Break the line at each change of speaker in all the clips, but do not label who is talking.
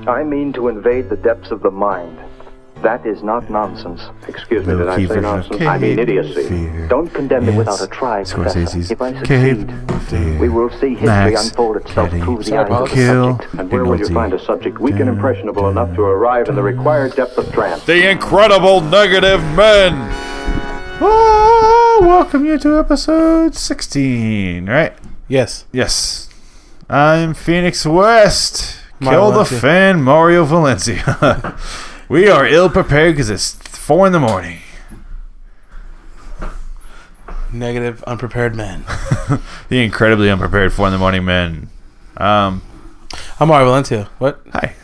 I mean to invade the depths of the mind. That is not nonsense.
Excuse me, did I say nonsense? I mean idiocy.
Don't condemn me without a try,
Scorsese's
Professor. If I
cave
succeed,
theory.
we will see history
Max
unfold itself
Kelly.
through the eyes of
Kill.
the subject.
And where will you
Penalty.
find a subject weak and impressionable enough to arrive in the required depth of trance?
The incredible negative men.
Oh, welcome you to episode 16, right?
Yes.
Yes. I'm Phoenix West.
Mario
Kill the
Valencia.
fan, Mario Valencia. we are ill prepared because it's 4 in the morning.
Negative, unprepared man.
The incredibly unprepared 4 in the morning men. Um,
I'm Mario Valencia. What?
hi.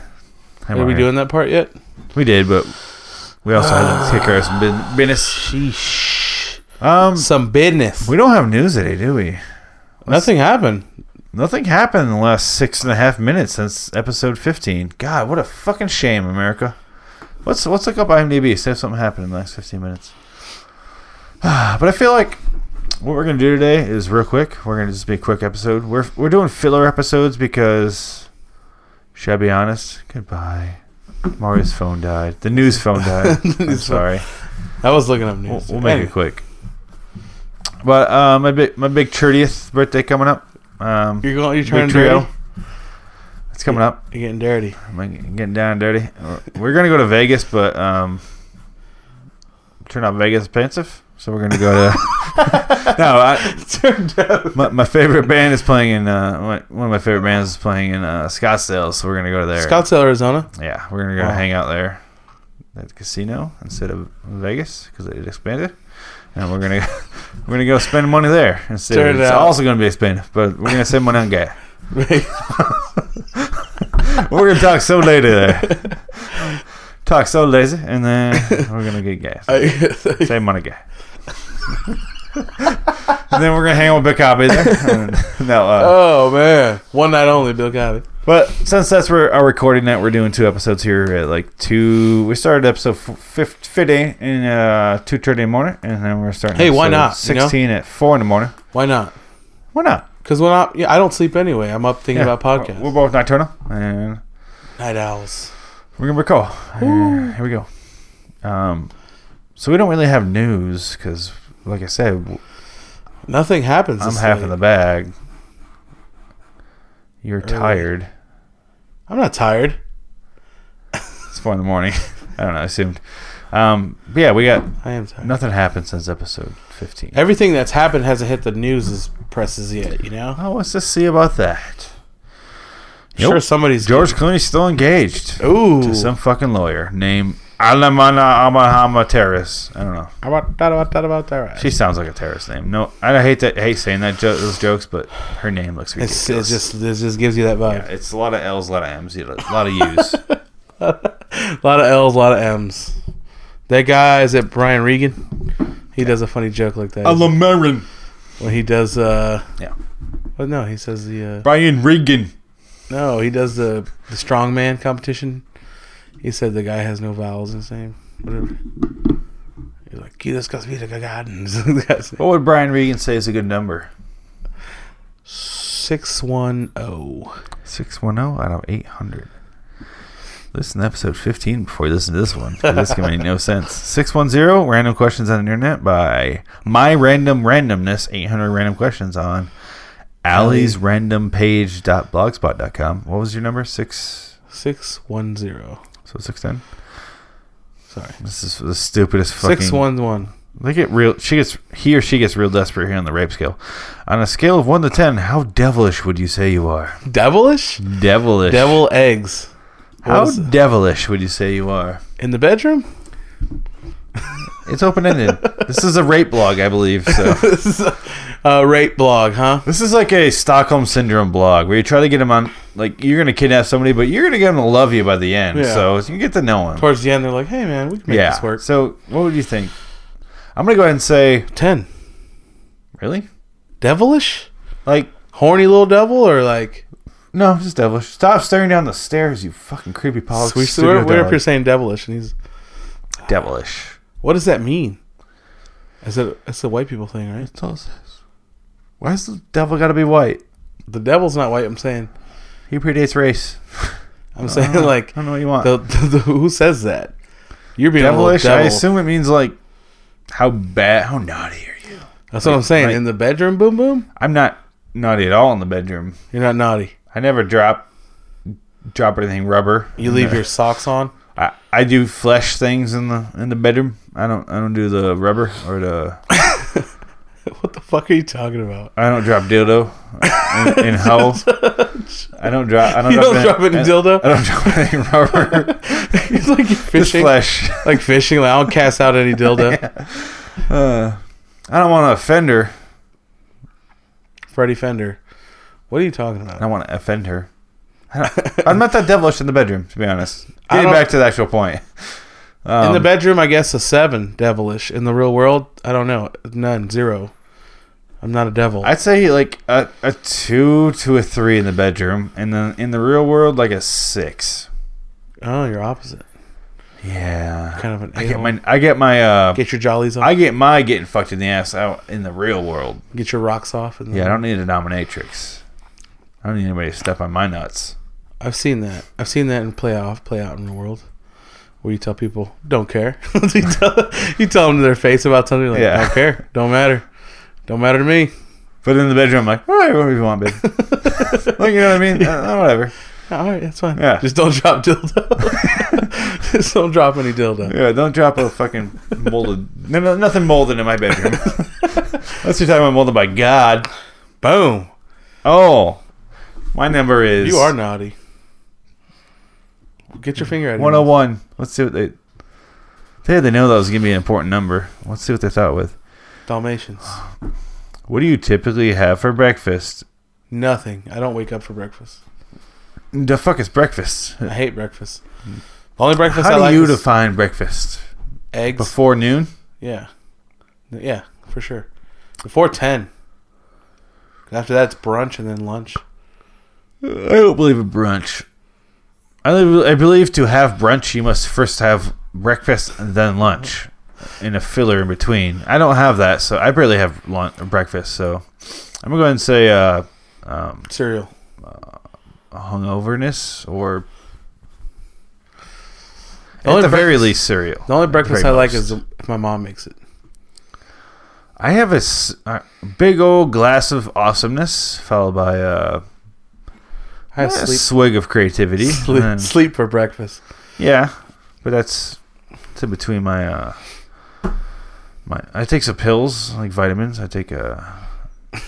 Hi,
Are we
Mario.
doing that part yet?
We did, but we also had to take care of some bin- business.
Sheesh.
Um,
Some business.
we don't have news today, do we?
Nothing happened.
Nothing happened in the last six and a half minutes since episode 15. God, what a fucking shame, America. Let's, let's look up IMDb, see if something happened in the last 15 minutes. but I feel like what we're going to do today is real quick. We're going to just be a quick episode. We're, we're doing filler episodes because, shall I be honest? Goodbye. Mario's phone died. The news phone died. I'm
News phone.
sorry.
I was looking up
We'll,
news.
we'll make it quick. But uh, my big my big 30th birthday coming up. Um,
You're going. You're
Big
turning
trio.
dirty.
It's coming up.
You're getting dirty.
I'm like, getting down and dirty. We're gonna go to Vegas, but um, turn out Vegas expensive, so we're gonna go to. no, I,
Turned out.
my, my favorite band is playing in uh, my- one of my favorite bands is playing in uh, Scottsdale, so we're gonna go there.
Scottsdale, Arizona.
yeah, we're gonna go
Wow.
hang out there at the casino instead of Vegas because it expanded, and we're gonna we're gonna go spend money there instead.
Turn
Of, it's
out.
also gonna be expensive, but we're gonna save money on gas.
Vegas.
We're gonna talk so lazy there. talk so lazy, and then we're gonna get gas.
I-
Save money, gas. and then we're gonna hang out with Big Copy there. no, uh,
oh man, one night only, Bill Cosby.
but since that's where our recording night, we're doing two episodes here at like two. We started episode fif- fifty in uh, two thirty in the morning, and then we're starting.
Hey, why
episode
not, you know?
Sixteen at four in the morning.
Why not?
Why not?
Because when I yeah, I don't sleep anyway. I'm up thinking about podcasts.
We're both nocturnal, and
night owls.
We're gonna recall. here we go. Um, so we don't really have news because, like I said, w-
Nothing happens.
I'm
this
half
late.
in the bag. You're tired.
I'm not tired.
It's four in the morning. I don't know. I assumed. Um, but yeah, we got
I am tired.
nothing happened since episode 15.
Everything that's happened hasn't hit the news as presses yet. You know.
Oh, let's just see about that.
Sure,
Nope.
somebody's
George Clooney's still engaged
Ooh.
to some fucking lawyer named Alamana Amahama Terrace. I don't know.
How about that? About that? About that? Right.
She sounds like a terrorist name. No, I hate that. Hate saying that jo- those jokes, but her name looks
It's,
ridiculous.
it's just this just gives you that
Yeah,
vibe.
it's a lot of L's, a lot of M's, you know, a lot of U's.
A lot of L's, a lot of M's. That guy is it Brian Regan. He does a funny joke like that
Lamarin.
when he does. uh
Yeah.
well, no, he says the. Uh,
Brian Regan.
no, he does the the strongman competition. He said the guy has no vowels in his name. Whatever. He's like, "Quiero descansar, cagad." The guy's name.
What would Brian Regan say is a good number?
Six one oh. zero.
Six one zero out of eight hundred. Listen to episode fifteen before you listen to this one. 'cause This can make no sense. Six one zero random questions on the internet by my random randomness. Eight hundred random questions on Allie's random page dot blogspot dot com. What was your number? Six.
Six one zero.
So six ten.
Sorry.
This is the stupidest fucking.
Six one one.
They get real. She gets he or she gets real desperate here on the rape scale. On a scale of one to ten, how devilish would you say you are?
Devilish.
Devilish.
Devil eggs.
How
What is-
devilish would you say you are?
in the bedroom?
It's open ended. this is a rape blog, I believe. So
this is a, a rape blog, huh?
this is like a Stockholm syndrome blog where you try to get them on. Like you're gonna kidnap somebody, but you're gonna get them to love you by the end.
Yeah.
So you get to know them.
Towards the end, they're like, "Hey, man, we can make
Yeah.
this work."
So what would you think? I'm gonna go ahead and say
Ten,
really
devilish,
like.
horny little devil, or like
No, just devilish. Stop staring down the stairs, you fucking creepy politics.
we we're, we're up here saying devilish, and he's
devilish.
what does that mean? Is it it's a white people thing, right?
That's all it says. Why's the devil got to be white?
The devil's not white. I'm saying
He predates race.
I'm saying like
I don't know what you want.
the, the, the- who says that? You're being
Devilish.
A little
I
devil.
assume it means like how bad, how naughty are you?
That's what I'm saying.
like-
In the bedroom, boom boom.
I'm not naughty at all in the bedroom.
You're not naughty.
I never drop drop anything rubber.
You leave your socks on.
I, I do flesh things in the in the bedroom. I don't I don't do the rubber or the
What the fuck are you talking about?
I don't drop dildo in, in hole. I don't drop. I don't
You
drop,
don't
any-
drop any
I-
dildo?
I don't drop anything rubber.
It's like you're
Just
fishing,
flesh.
like fishing. Like I don't cast out any dildo.
Uh, I don't want to offend her.
Freddie Fender. What are you talking
I
about?
don't want to offend her. I don't, I'm not that devilish in the bedroom, to be honest.
I
Getting
don't-
back to the actual point. Um,
in the bedroom, I guess a seven, devilish. In the real world, I don't know, none, zero. I'm not a devil.
I'd say like a, a two to a three in the bedroom, and then in the real world, like a six.
oh, you're opposite.
Yeah,
Kind of an.
I get my I get my uh
Get your jollies off.
I get my getting fucked in the ass out in the real world.
get your rocks off. And
Yeah, I don't need a dominatrix. I don't need anybody to step on my nuts.
I've seen that. I've seen that in play off, play out in the world, where you tell people don't care. you, tell, you tell them to their face about something like
Yeah.
don't care, don't matter, don't matter to me.
But in the bedroom, I'm like, all right, whatever you want, babe. like, you know what I mean? Uh, whatever.
All right, that's fine.
Yeah.
Just don't drop dildo. Just don't drop any dildo.
Yeah, don't drop a fucking molded. No, no, nothing molded in my bedroom. Unless you're talking about molded by God.
Boom.
Oh, my number is
You are naughty. Get your finger out. of your mouth.
101. Let's see what they. They had to know that was gonna be an important number. Let's see what they thought with.
Dalmatians.
What do you typically have for breakfast?
Nothing. I don't wake up for breakfast.
The fuck is breakfast?
I hate breakfast. The only breakfast
Hmm. How
I
do
like
you
is
define breakfast?
eggs.
Before noon?
Yeah, yeah, for sure. Before ten. 'Cause After that, it's brunch and then lunch.
I don't believe in brunch. I, li- I believe to have brunch, you must first have breakfast and then lunch, and a filler in between. I don't have that, so I barely have lunch breakfast. So I'm gonna go ahead and say uh, um,
Cereal. hungoverness.
hungoverness or at
The only
the very
breakfast-
least cereal.
The only breakfast I
very
like
most.
is the- if my mom makes it.
I have a, s- a big old glass of awesomeness followed by a,
I
a
sleep.
swig of creativity. and
Sleep,
then-
sleep for breakfast.
Yeah, but that's to between my uh my I take some pills like vitamins. I take uh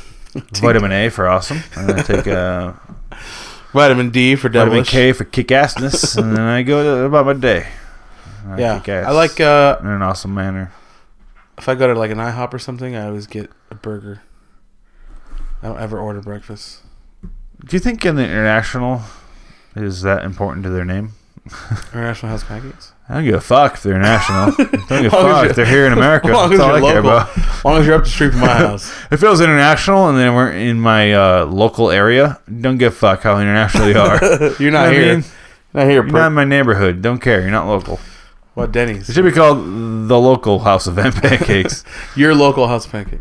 vitamin A for awesome, and I take uh
Vitamin D for
vitamin
devilish.
K for kick assness, and then I go about my day. And I
Yeah,
kick ass
I like. Uh,
in an awesome manner.
if I go to like an IHOP or something, I always get a burger. I don't ever order breakfast.
Do you think in the international is that important to their name?
International House Pancakes.
I don't give a fuck if they're international. don't give a
Long as
fuck
you-
if they're here in America.
long as
That's all I
you're
care
local.
about.
As long as you're up the street from my house.
If it was international and they weren't in my uh, local area, don't give a fuck how international you are. You're
You're not
You know what I
here.
mean?
Not here. Per-
not in my neighborhood. Don't care. You're not local.
what Denny's?
It should be called the local house of pancakes.
Your local house pancake.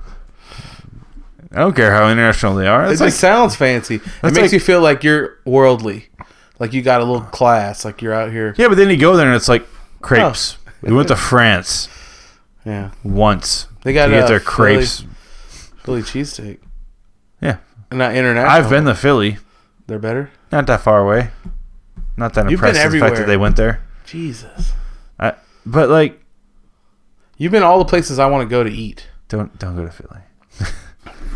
I don't care how international they are.
It
It's
just
like
sounds fancy. It makes
like-
you feel like you're worldly, like you got a little class, like you're out here.
yeah, but then you go there and it's like crepes.
Oh.
We went to France
Yeah,
once
they got
to get
uh,
their
Philly-
crepes.
Philly, cheesesteak.
Yeah.
not international.
I've been to Philly,
They're better.
not that far away. Not that
You've been
impressed with the fact
everywhere.
that they went there.
Jesus,
I, but like,
you've been all the places I want to go to eat.
don't don't go to Philly.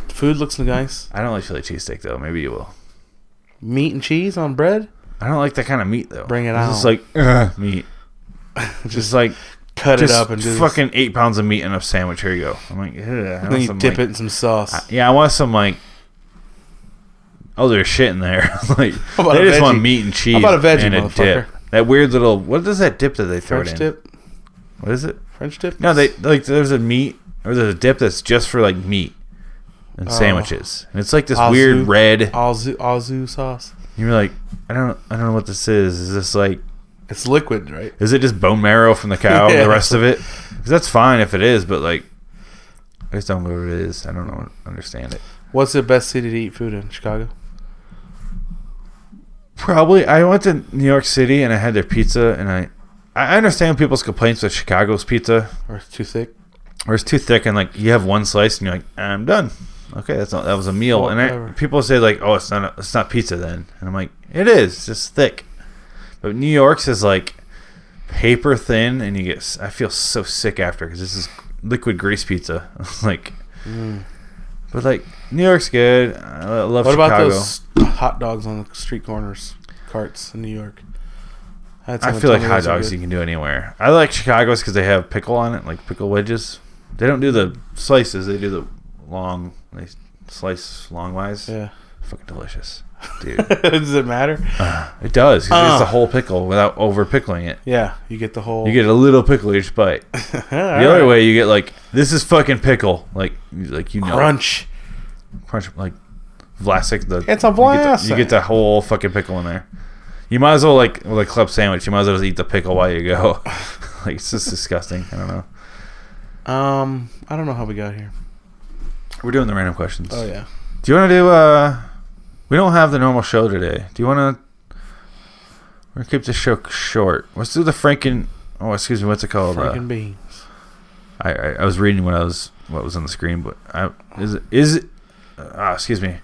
Food looks nice.
I don't like Philly cheesesteak though. Maybe you will.
Meat and cheese on bread.
I don't like that kind of meat though.
Bring it
it's Just
on.
like ugh, meat. just like
Cut
just
it up and do fucking.
fucking eight pounds of meat in a sandwich. Here you go. I'm like, ugh. I want
Then you
some,
dip
like-
it in some sauce.
Yeah, I want some like. Oh, there's shit in there. like
about
they
a
just want
veggie?
meat and cheese
about a veggie,
and a
motherfucker?
dip. That weird little what is that dip that they throw
French
it in?
dip.
What is it?
French dip.
No, they like there's a meat or there's a dip that's just for like meat and sandwiches, and it's like this
Au
weird
jus.
red.
Azu, Azu sauce.
You're like, I don't, I don't know what this is. Is this like
It's liquid, right?
Is it just bone marrow from the cow and
Yeah.
the rest of it? 'Cause that's fine if it is, but like, I just don't know what it is. I don't know, understand it.
What's the best city to eat food in? Chicago.
Probably. I went to New York City and I had their pizza, and I I understand people's complaints with Chicago's pizza,
Or it's too thick.
where it's too thick, and like you have one slice, and you're like, I'm done. Okay, that's not that was a meal, and I,
Whatever.
people say like, oh, it's not a, it's not pizza then, and I'm like, it is, it's just thick. But New York's is like paper thin, and you get s- I feel so sick after because this is liquid grease pizza, like. But like New York's good. I Mm. love
What
Chicago.
about those hot dogs on the street corners carts in New York? I, had
I
someone
feel
tell
like
me
hot
those are
dogs
good.
you can do anywhere. I like Chicago's because they have pickle on it, like pickle wedges. They don't do the slices; they do the long. They slice longwise.
Yeah.
Fucking delicious, dude.
Does it matter?
it does. 'cause
Uh.
It's the whole pickle without over pickling it.
Yeah, you get the whole.
You get a little pickle each bite. The other way, you get like this is fucking pickle. Like, you- like you know,
crunch.
crunch like Vlasic. The
It's a
you get the- You
Vlasic.
get the whole fucking pickle in there. You might as well like with a club sandwich. You might as well just eat the pickle while you go. like it's just disgusting. I don't know.
Um, I don't know how we got here.
We're doing the random questions.
Oh yeah.
Do you want to do? uh We don't have the normal show today. Do you want to? We're gonna keep the show short. Let's do the Franken. Oh, excuse me. What's it called? Uh,
Freaking beans.
I, I I was reading what I was what was on the screen, but I is it is it? Ah, excuse me.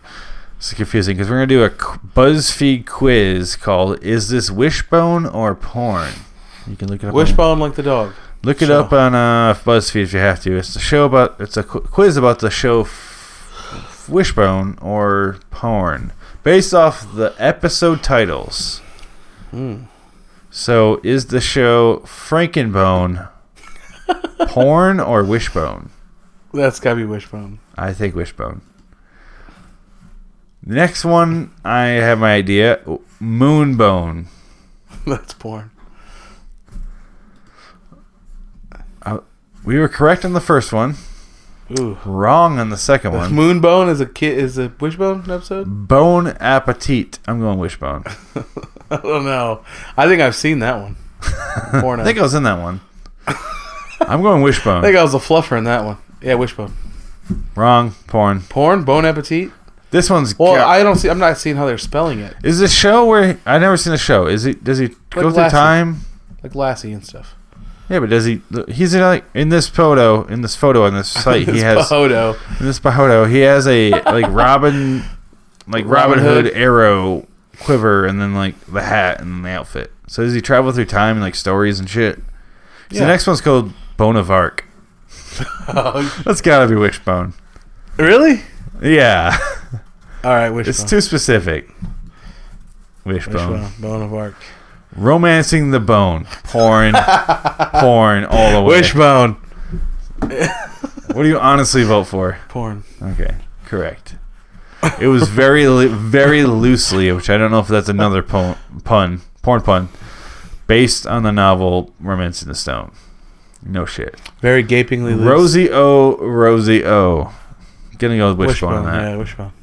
It's confusing because we're gonna do a qu- BuzzFeed quiz called "Is this wishbone or porn?" You can look it up. on-
Wishbone like the dog.
Look it
show.
up on uh, BuzzFeed if you have to. It's a show about. It's a qu- quiz about the show f- Wishbone or porn, based off the episode titles.
Hmm.
So, is the show Frankenbone porn or Wishbone?
That's gotta be wishbone.
I think Wishbone. The next one, I have my idea. Moonbone.
That's porn.
We were correct on the first one,
Ooh.
wrong on the second one.
Moonbone is a kid is a wishbone
Mm.
episode.
Bone appetit. I'm going wishbone.
I don't know. I think I've seen that one. Porn.
I think I was in that one. I'm going wishbone.
I was a fluffer in that one. Yeah, wishbone.
Wrong porn.
Porn. Bon appetit.
This one's.
Well,
got-
I don't see. I'm not seeing how they're spelling it,
is this show where I never seen the show? Is he? Does he go through
Lassie.
time?
like Lassie and stuff.
Yeah, but does he? He's in like in this photo, in this photo on this site. he
It's
has
Pohodo.
in this photo. He has a like Robin, like Robin,
Robin
Hood.
Hood.
arrow quiver, and then like the hat and the outfit. So does he travel through time and like stories and shit? 'Cause The
Yeah.
next one's called Bone of Arc. That's gotta be wishbone.
really?
Yeah.
All right, wishbone.
It's too specific. Wishbone.
wishbone. Bone of arc.
Romancing the bone. Porn. porn all the way.
Wishbone.
What do you honestly vote for?
Porn.
Okay. Correct. It was very li- very loosely, which I don't know if that's another pun, pun porn pun, based on the novel Romancing the Stone. No shit.
Very gapingly loose.
Rosie O. Rosie O. Gonna go with wishbone, on that.
Yeah, wishbone.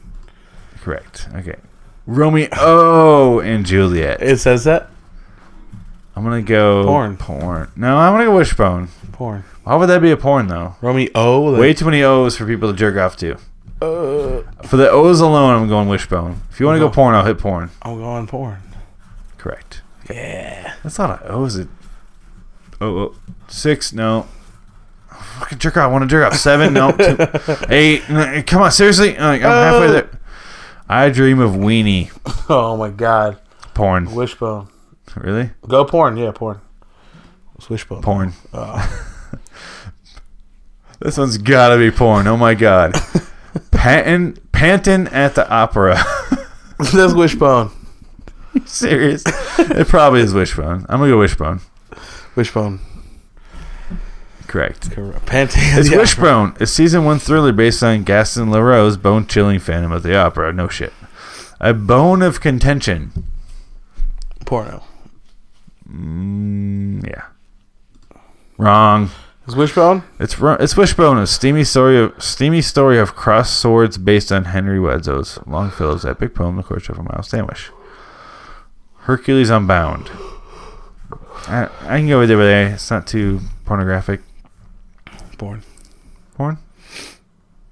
Correct. Okay. Romeo and Juliet.
It says that.
I'm gonna go
Porn.
Porn. No, I'm gonna go wishbone.
Porn.
Why would that be a porn though?
Romeo. O, like-
Way too many O's for people to jerk off to.
Uh,
For the O's alone, I'm going wishbone. If you want to go
Uh-huh.
porn, I'll hit porn.
I'm going porn.
Correct. Yeah. That's not an O, is it? Oh, oh. six? No. Fucking jerk off. want to jerk off. Seven? No. Two. Eight? N- Come on, seriously? I'm like, I'm halfway
Oh.
there. I dream of weenie
Oh my god.
porn.
Wishbone.
Really?
Go porn. Yeah, porn. It's wishbone. Uh,
Porn. this one's gotta be porn. Oh my god. Pantin, Pantin at the opera.
That's wishbone.
Serious? it probably is wishbone. I'm gonna go wishbone.
Wishbone.
Correct.
Correct. Pantheon.
It's Wishbone, a season one thriller based on Gaston LaRoe's bone chilling Phantom of the Opera. No shit. A bone of contention.
Porno.
Mm, yeah. Wrong.
It's wishbone.
It's ro- it's Wishbone, a steamy story of steamy story of crossed swords based on Henry Wadsworth Longfellow's epic poem, The Courtship of Miles Standish. Hercules Unbound. I, I can go either way. It's not too pornographic.
Porn.
Porn?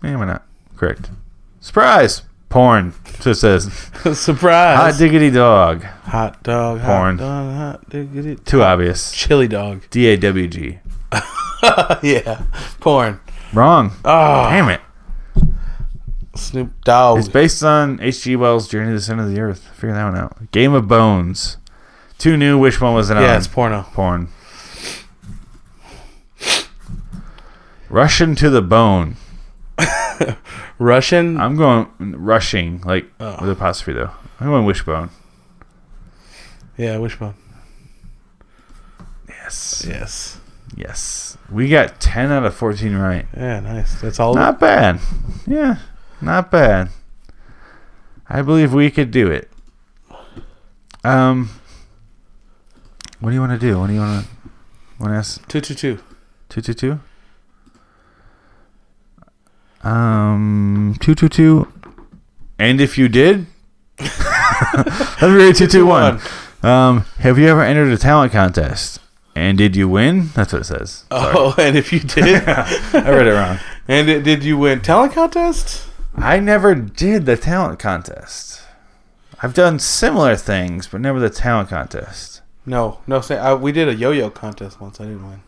Yeah, why not? Correct. Surprise! Porn. So it says
Surprise!
hot diggity dog.
hot dog, hot
Porn.
dog, hot diggity.
Too obvious.
Chili dog.
D A W G.
yeah, porn.
Wrong.
Oh,
Damn it.
Snoop Dogg.
It's based on H.G. Wells' Journey to the Center of the Earth. Figure that one out. Game of Bones. Two new. Which one was it
yeah,
on?
it's porno.
porn. Russian to the bone.
Russian.
I'm going rushing, like
Oh.
with apostrophe though. I'm going wishbone.
yeah, wishbone.
Yes.
Yes.
Yes. We got 10 out of 14 right.
Yeah, nice. That's all.
Not bad. Yeah. Not bad. I believe we could do it. Um What do you want to do? What do you want to want to ask
two, two, two.
222? Um 222 And if you did Let me read 221. Um have you ever entered a talent contest? And did you win? That's what it says.
Oh, and if you did,
I read it wrong.
and it, did you win talent contest?
I never did the talent contest. I've done similar things, but never the talent contest.
No, no. Say, I, we did a yo-yo contest once. I didn't win.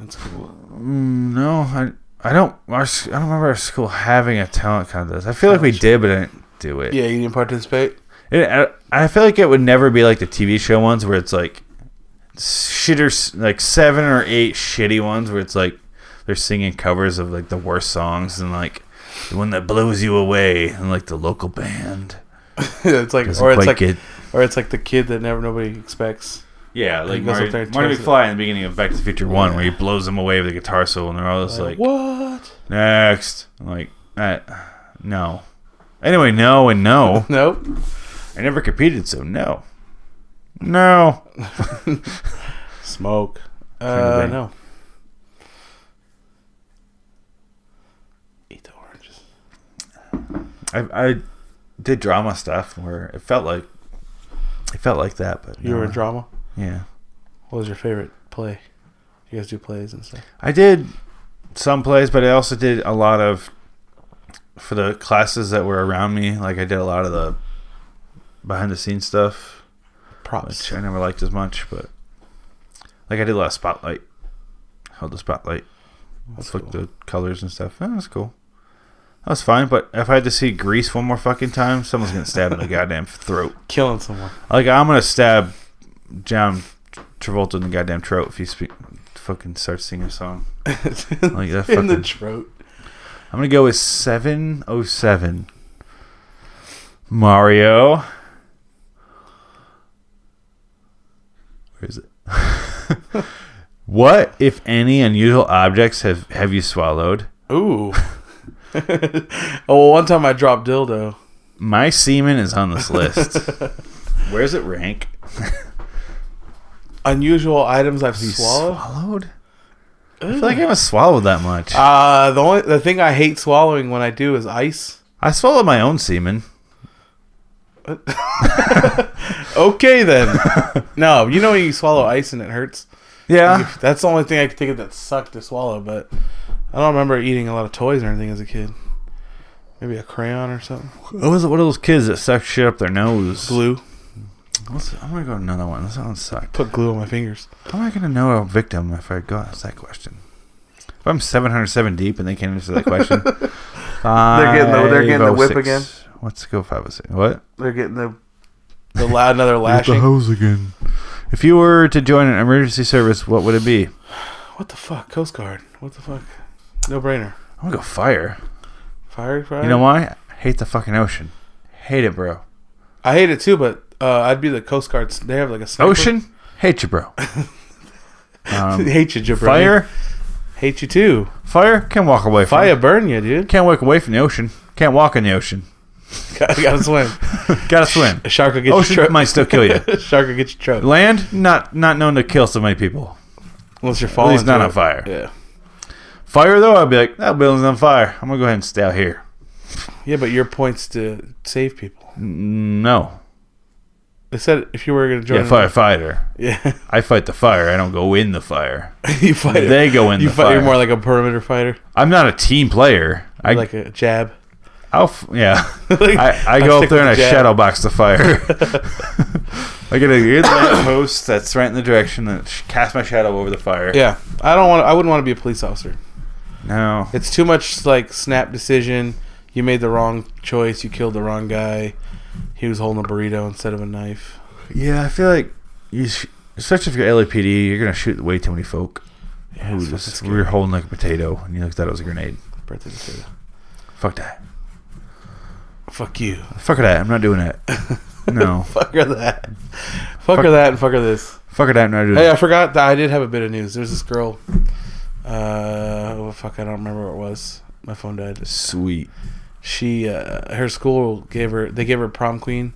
That's cool.
Mm, No, I I don't our, s- I don't remember our school having a talent contest. I feel like we did, but I didn't do it.
Yeah, you didn't participate.
It- I, I feel like it would never be like the TV show ones where it's like shitters like seven or eight shitty ones where it's like they're singing covers of like the worst songs and like the one that blows you away and like the local band
it's like,
doesn't
or it's
quite
like,
get
or it's it's like the kid that never nobody expects.
Yeah, like
he goes up
Marty,
there and
Marty
tries to-
McFly in the beginning of Back to the Future One, where he blows them away with a guitar solo, and they're all just like,
what?
"Next," I'm like, uh, "No." Anyway, no and no.
Nope.
I never competed, so no, no.
Smoke.
Kinda
Uh,
thing.
no. Eat the oranges.
I, I did drama stuff where it felt like it felt like that, but
You were in
no.
drama.
Yeah,
What was your favorite play? You guys do plays and stuff.
I did some plays, but I also did a lot of for the classes that were around me. Like I did a lot of the behind the scenes stuff.
Props.
which I never liked as much, but like I did a lot of spotlight. Held the spotlight.
That's
Flicked
cool.
the colors and stuff. That was cool. That was fine, but if I had to see Grease one more fucking time, someone's gonna stab in the goddamn throat.
Killing someone.
Like I'm gonna stab John Travolta in the goddamn throat if he spe- fucking starts singing a song. Like that
in the
fucking-
throat.
I'm gonna go with seven oh seven. Mario. Where is it? what, if any, unusual objects have have you swallowed?
Ooh. oh, well, one time I dropped dildo.
My semen is on this list. Where's it rank?
Unusual items I've
You
swallowed.
Swallowed? I feel like I haven't swallowed that much.
Uh, the only the thing I hate swallowing when I do is ice.
I swallowed my own semen.
Okay then. no, you know when you swallow ice and it hurts.
Yeah.
That's the only thing I could think of that sucked to swallow. But I don't remember eating a lot of toys or anything as a kid. Maybe a crayon or something.
What was it? What are those kids that suck shit up their nose?
Glue.
Let's- I'm gonna go another one. This one sucked.
Put glue on my fingers.
How am I going to know a victim if I go ask that question? If I'm 707 deep and they can't answer that question, they're
getting the- they're getting the whip again.
Let's go five oh six. What?
They're getting the the loud another lashing.
hose again. If you were to join an emergency service, what would it be?
What the fuck? Coast Guard. What the fuck? No brainer.
I'm gonna go fire.
Fire, fire.
You know why? I hate the fucking ocean. Hate it, bro.
I hate it too, but uh, I'd be the Coast Guard. They have like a sniper.
Ocean, hate you, bro. Um,
hate you, jabroni.
fire,
Hate you too.
fire can walk away. From
Fire
fire
burn you, dude.
can't walk away from the ocean. Can't walk in the ocean.
gotta, gotta swim.
Gotta swim.
A shark will get your
Ocean
truck.
might still kill you.
shark will get your truck.
Land not not known to kill so many people.
Unless you're falling.
least not
through
on
it.
fire.
Yeah.
Fire though, I'd be like, that building's on fire. I'm gonna go ahead and stay out here.
Yeah, but your points to save people.
N- No,
They said if you were gonna join.
yeah, firefighter.
Yeah.
I fight the fire. I don't go in the fire.
you fight.
They go in
You
the
fight.
fire.
You're more like a perimeter fighter.
I'm not a team player. I
like a jab.
I'll f- yeah.
Like,
I, I
I'll
go up
stick
there and
with
I
the jab.
shadow box the fire. I get a good lamp post that's right in the direction and sh- cast my shadow over the fire.
Yeah, I don't want. I wouldn't want to be a police officer.
No.
It's too much like snap decision. You made the wrong choice. You killed the wrong guy. He was holding a burrito instead of a knife.
Yeah, I feel like you, sh- especially if you're LAPD, you're gonna shoot way too many folk. Who
it's
just
fucking
we were holding like a potato and you looked at it was a grenade.
Birthday potato.
Fuck that.
Fuck you.
Fuck that. I'm not doing that. No.
Fuck her that. Fuck her that and fuck her this.
Fuck that. I'm not doing.
Hey,
that.
I forgot that I did have a bit of news. There's this girl. Uh, oh, fuck, I don't remember what it was. My phone died.
Sweet.
She, uh, her school gave her. They gave her prom queen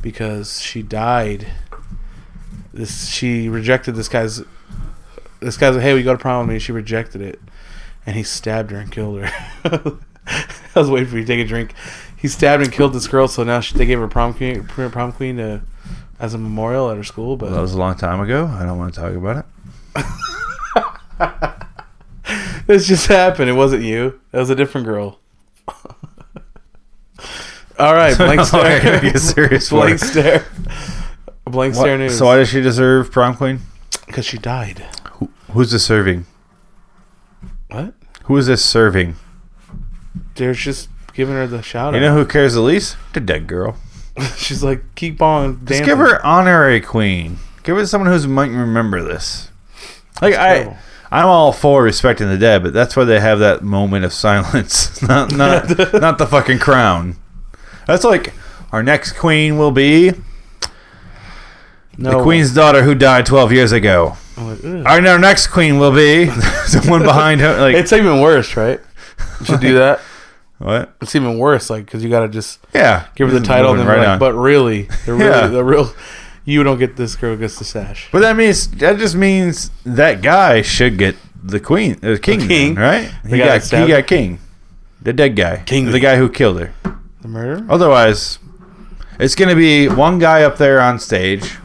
because she died. This she rejected this guy's. This guy's like, hey, we go to prom with me. She rejected it, and he stabbed her and killed her. I was waiting for you to take a drink. He stabbed and killed this girl, so now she, they gave her prom queen, prom queen to, as a memorial at her school. But
Well, that was a long time ago. I don't want to talk about it.
This just happened. It wasn't you. That was a different girl. All right, blank
Okay,
stare.
get serious for
blank
it.
stare. Blank stare
What?
news.
So why does she deserve prom queen?
Because she died.
Who, who's this serving?
What?
Who is this serving?
They're just giving her the shout
You
out.
know who cares the least? The dead girl.
She's like, keep on dancing.
Just give her honorary queen. Give her someone who might remember this. Like I,
terrible.
I'm all for respecting the dead, but that's why they have that moment of silence, not not not the fucking crown. That's like our next queen will be
no,
the queen's daughter who died 12 years ago.
I'm like, "Ugh."
Our, our next queen will be someone behind her. Like
It's even worse, right? You should do that.
what?
It's even worse, like, because you got to just
Yeah,
give her the
Just
title and
moving
then right like,
on.
but really, the real,
Yeah.
the real, you don't get this girl gets the sash.
But that means that just means that guy should get the queen, uh, king, then,
king.
right? He
guy that
got he
stabbed-
got king, the dead guy,
King.
the guy who killed her.
The murder?
Otherwise, it's gonna be one guy up there on stage,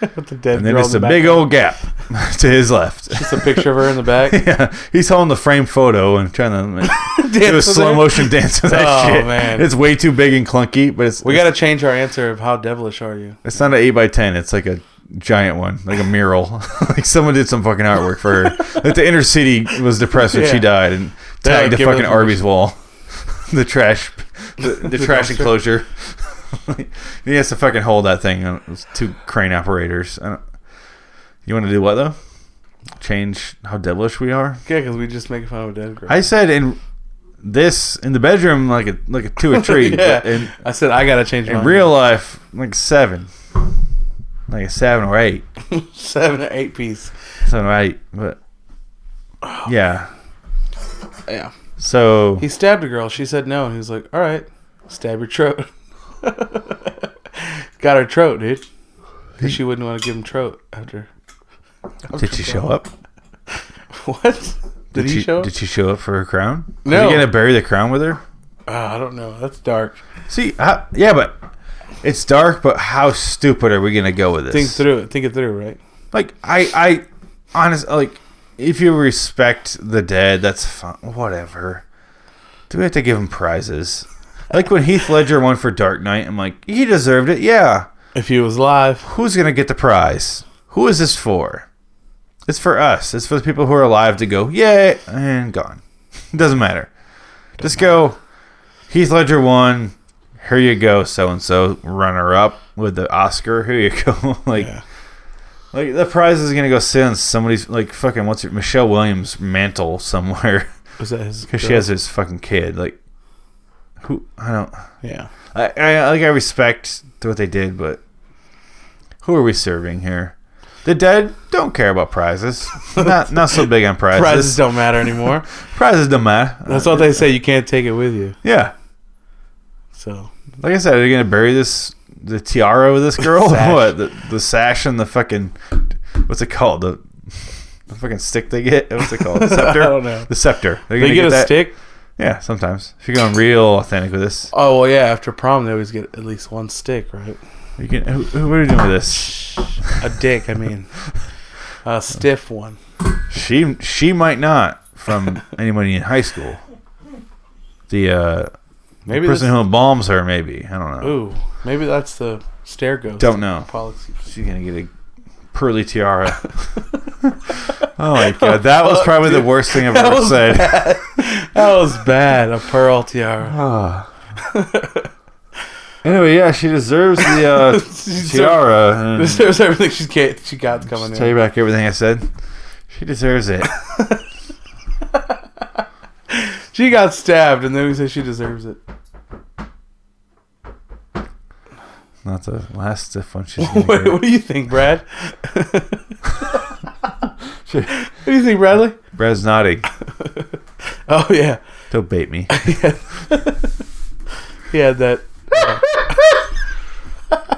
With the dead
and then
girl in
it's
the
a big
background.
old gap to his left.
Just a picture of her in the back.
yeah, he's holding the frame photo and trying to like, do a
Dance with
slow
her.
motion dance with that
Oh,
shit.
man.
It's way too big and clunky, but it's
We
it's,
got to change our answer of how devilish are you?
It's not an eight by ten. It's like a giant one, like a mural. like someone did some fucking artwork for her. Like the inner city was depressed when she
Yeah.
died and
They
tagged the
give her
fucking
the-
Arby's wall, the trash, the, the trash
dumpster.
enclosure. And he has to fucking hold that thing. It was two crane operators. I don't, you want to do what though? Change how devilish we are.
Yeah, because we just make fun of a dead girl.
I said in this in the bedroom like a like a two a tree.
yeah.
but in-
I said I gotta change
in
my
real life, like seven, like a seven or eight,
seven or eight piece.
seven or eight. But yeah,
Yeah,
so
he stabbed a girl. She said no, and he was like, "All right, stab your throat." Got her throat, dude. 'Cause she wouldn't want to give him throat after.
did she show up?
What? Did, he
she,
show? up?
Did she show up for her crown?
No.
Are you gonna bury the crown with her?
Oh, I don't know. That's dark.
See, how, yeah, but it's dark. But how stupid are we gonna go with this?
Think through it. Think it through, right?
Like I, I honest like if you respect the dead, that's fine. Whatever. Do we have to give him prizes? Like when Heath Ledger won for Dark Knight, I'm like, he deserved it. Yeah.
If he was alive,
who's going to get the prize? Who is this for? It's for us. It's for the people who are alive to go, yay, and gone. It doesn't matter. Just go, Heath Ledger won. Here you go, so and so, runner up with the Oscar. Here you go. like,
Yeah.
like the prize is going to go sit on somebody's, like, fucking, what's it, Michelle Williams' mantle somewhere.
was that his?
Because she
girl?
has this fucking kid. Like, who, I don't,
Yeah.
I, I like I respect what they did, but who are we serving here? The dead don't care about prizes. not not so big on prizes.
Prizes
Prizes,
don't matter anymore.
don't matter.
That's what they say. You can't take it with you.
yeah,
So
like I said, are you gonna bury this the tiara with this girl?
Sash.
What the, the sash and the fucking what's it called the the fucking stick they get? What's it called? The scepter.
I don't know.
The scepter. They're
They
gonna
get, a
that-
stick.
Yeah, sometimes if you're going real authentic with this,
Oh well, yeah. After prom, they always get at least one stick, right?
you can. Who, who, what are you doing with this?
A dick, I mean, a stiff one.
She she might not from anybody in high school. The uh,
Maybe
person
this-
who embalms her, maybe. I don't know.
Ooh, maybe that's the stair ghost.
Don't know.
Policy.
She's gonna get a pearly tiara. oh my god, that was probably the worst thing I've ever
was
said.
That was bad. A pearl tiara.
Anyway, yeah, she deserves the uh,
She's so-
tiara. and
This is everything she's get, she got coming
tell you
in.
back everything I said. She deserves it.
She got stabbed, and then we say she deserves it.
Not the last stiff one she's gonna
Wait,
get.
what do you think, Brad? What do you think, Bradley?
Brad's nodding.
Oh yeah,
Don't bait me.
he had that.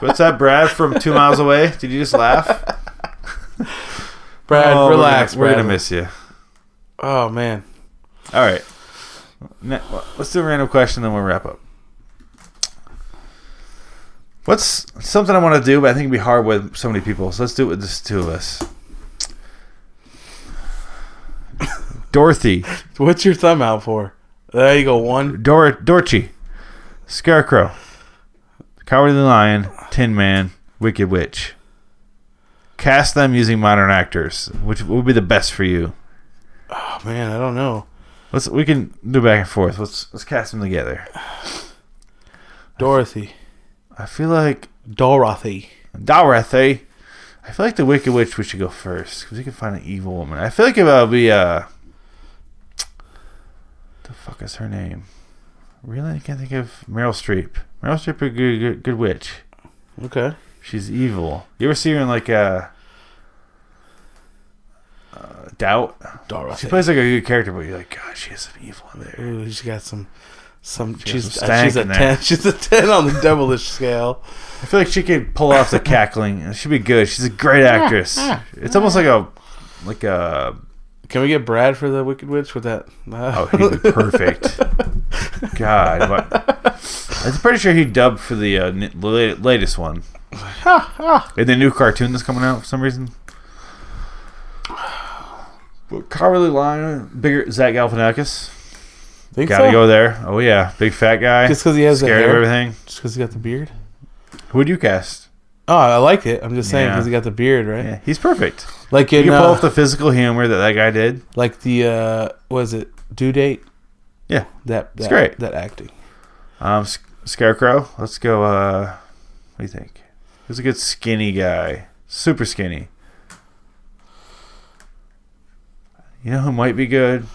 What's up, Brad from two miles away? Did you just laugh?
Brad,
Oh, we're gonna-
relax.
We're gonna
Bradley.
miss you.
Oh man,
All right. Ne- let's do a random question, then we'll wrap up. What's something I want to do, but I think it'd be hard with so many people. So let's do it with just the two of us. Dorothy,
what's your thumb out for? There you go. One.
Dor, Dorothy, Scarecrow, Cowardly Lion, Tin Man, Wicked Witch. Cast them using modern actors. Which would be the best for you?
Oh man, I don't know.
Let's we can do back and forth. Let's let's cast them together.
Dorothy,
I feel like
Dorothy.
Dorothy. I feel like the Wicked Witch we should go first because we can find an evil woman. I feel like it'll be uh, the fuck is her name? Really, I can't think of Meryl Streep. Meryl Streep, a good, good, good witch.
Okay.
She's evil. You ever see her in like uh, uh Doubt? She
Dorothy.
plays like a good character, but you're like, God, she has some evil in there.
Ooh, she's got some. Some
got
she's
some
uh, she's a
stank in there.
ten. She's a ten on the devilish scale.
I feel like she could pull off the cackling. She'd be good. She's a great actress. It's almost like a like a
Can we get Brad for the Wicked Witch with that?
Oh, he'd be perfect. God, what? I'm pretty sure he dubbed for the uh, n- la- latest one. In the new cartoon that's coming out for some reason. But Carly Lion, bigger Zach Galifianakis.
Think
Gotta
so?
go there. Oh yeah, big fat guy.
Just 'cause he has the
scared of
hair?
everything.
Just because he got the beard.
Who'd you cast?
Oh, I like it. I'm just saying
Yeah.
because he got the beard, right?
Yeah, he's perfect.
Like
You
in
can pull
uh,
off the physical humor that that guy did.
like the uh, was it due date?
Yeah,
That that,
great.
that acting.
Um, S- Scarecrow. Let's go. Uh, what do you think? Who's a good skinny guy? Super skinny. You know who might be good?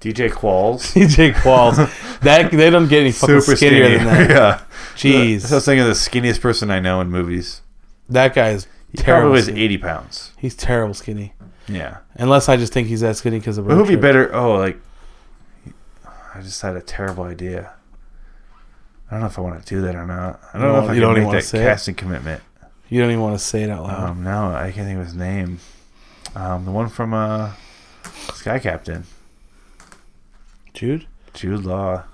DJ Qualls.
DJ Qualls. that they don't get any fucking
Super
skinnier
skinny.
than that.
yeah.
Jeez,
I was thinking of the skinniest person I know in movies.
that guy is
He
terrible.
probably weighs
skinny.
80 pounds.
He's terrible skinny.
Yeah.
Unless I just think he's that skinny because of.
But who'd
road
be
trip.
better? Oh, like, I just had a terrible idea. I don't know if I want to do that or not. I don't
You
know
don't-
if I
you don't
can
even
make
wanna
that
say it?
casting commitment.
You don't even want to say it out loud.
Um, no, I can't think of his name. Um, the one from uh, Sky Captain,
Jude
Jude Law.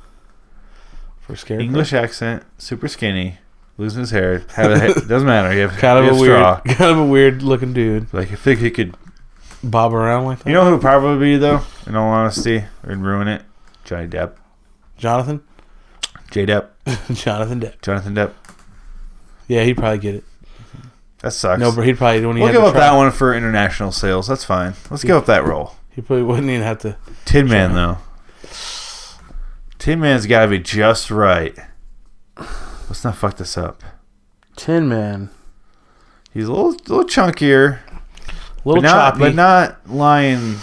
for scarecrow.
English accent, super skinny, losing his hair. Have a, he- doesn't matter. You have
Kind
you
of a
have
weird,
straw.
kind of a weird looking dude.
Like I think he could.
Bob around like that.
You know who would probably be though? In all honesty, and ruin it. Johnny Depp,
Jonathan,
J Depp,
Jonathan Depp.
Jonathan Depp.
Yeah, he'd probably get it.
That sucks.
No, but he'd probably when he
we'll
had
give
to
up
try-
that one for international sales. That's fine. Let's give up that role.
He probably wouldn't even have to.
Tin Man though. Tin Man's got to be just right. Let's not fuck this up.
Tin Man,
He's a little little chunkier,
little
but not
choppy.
but not lion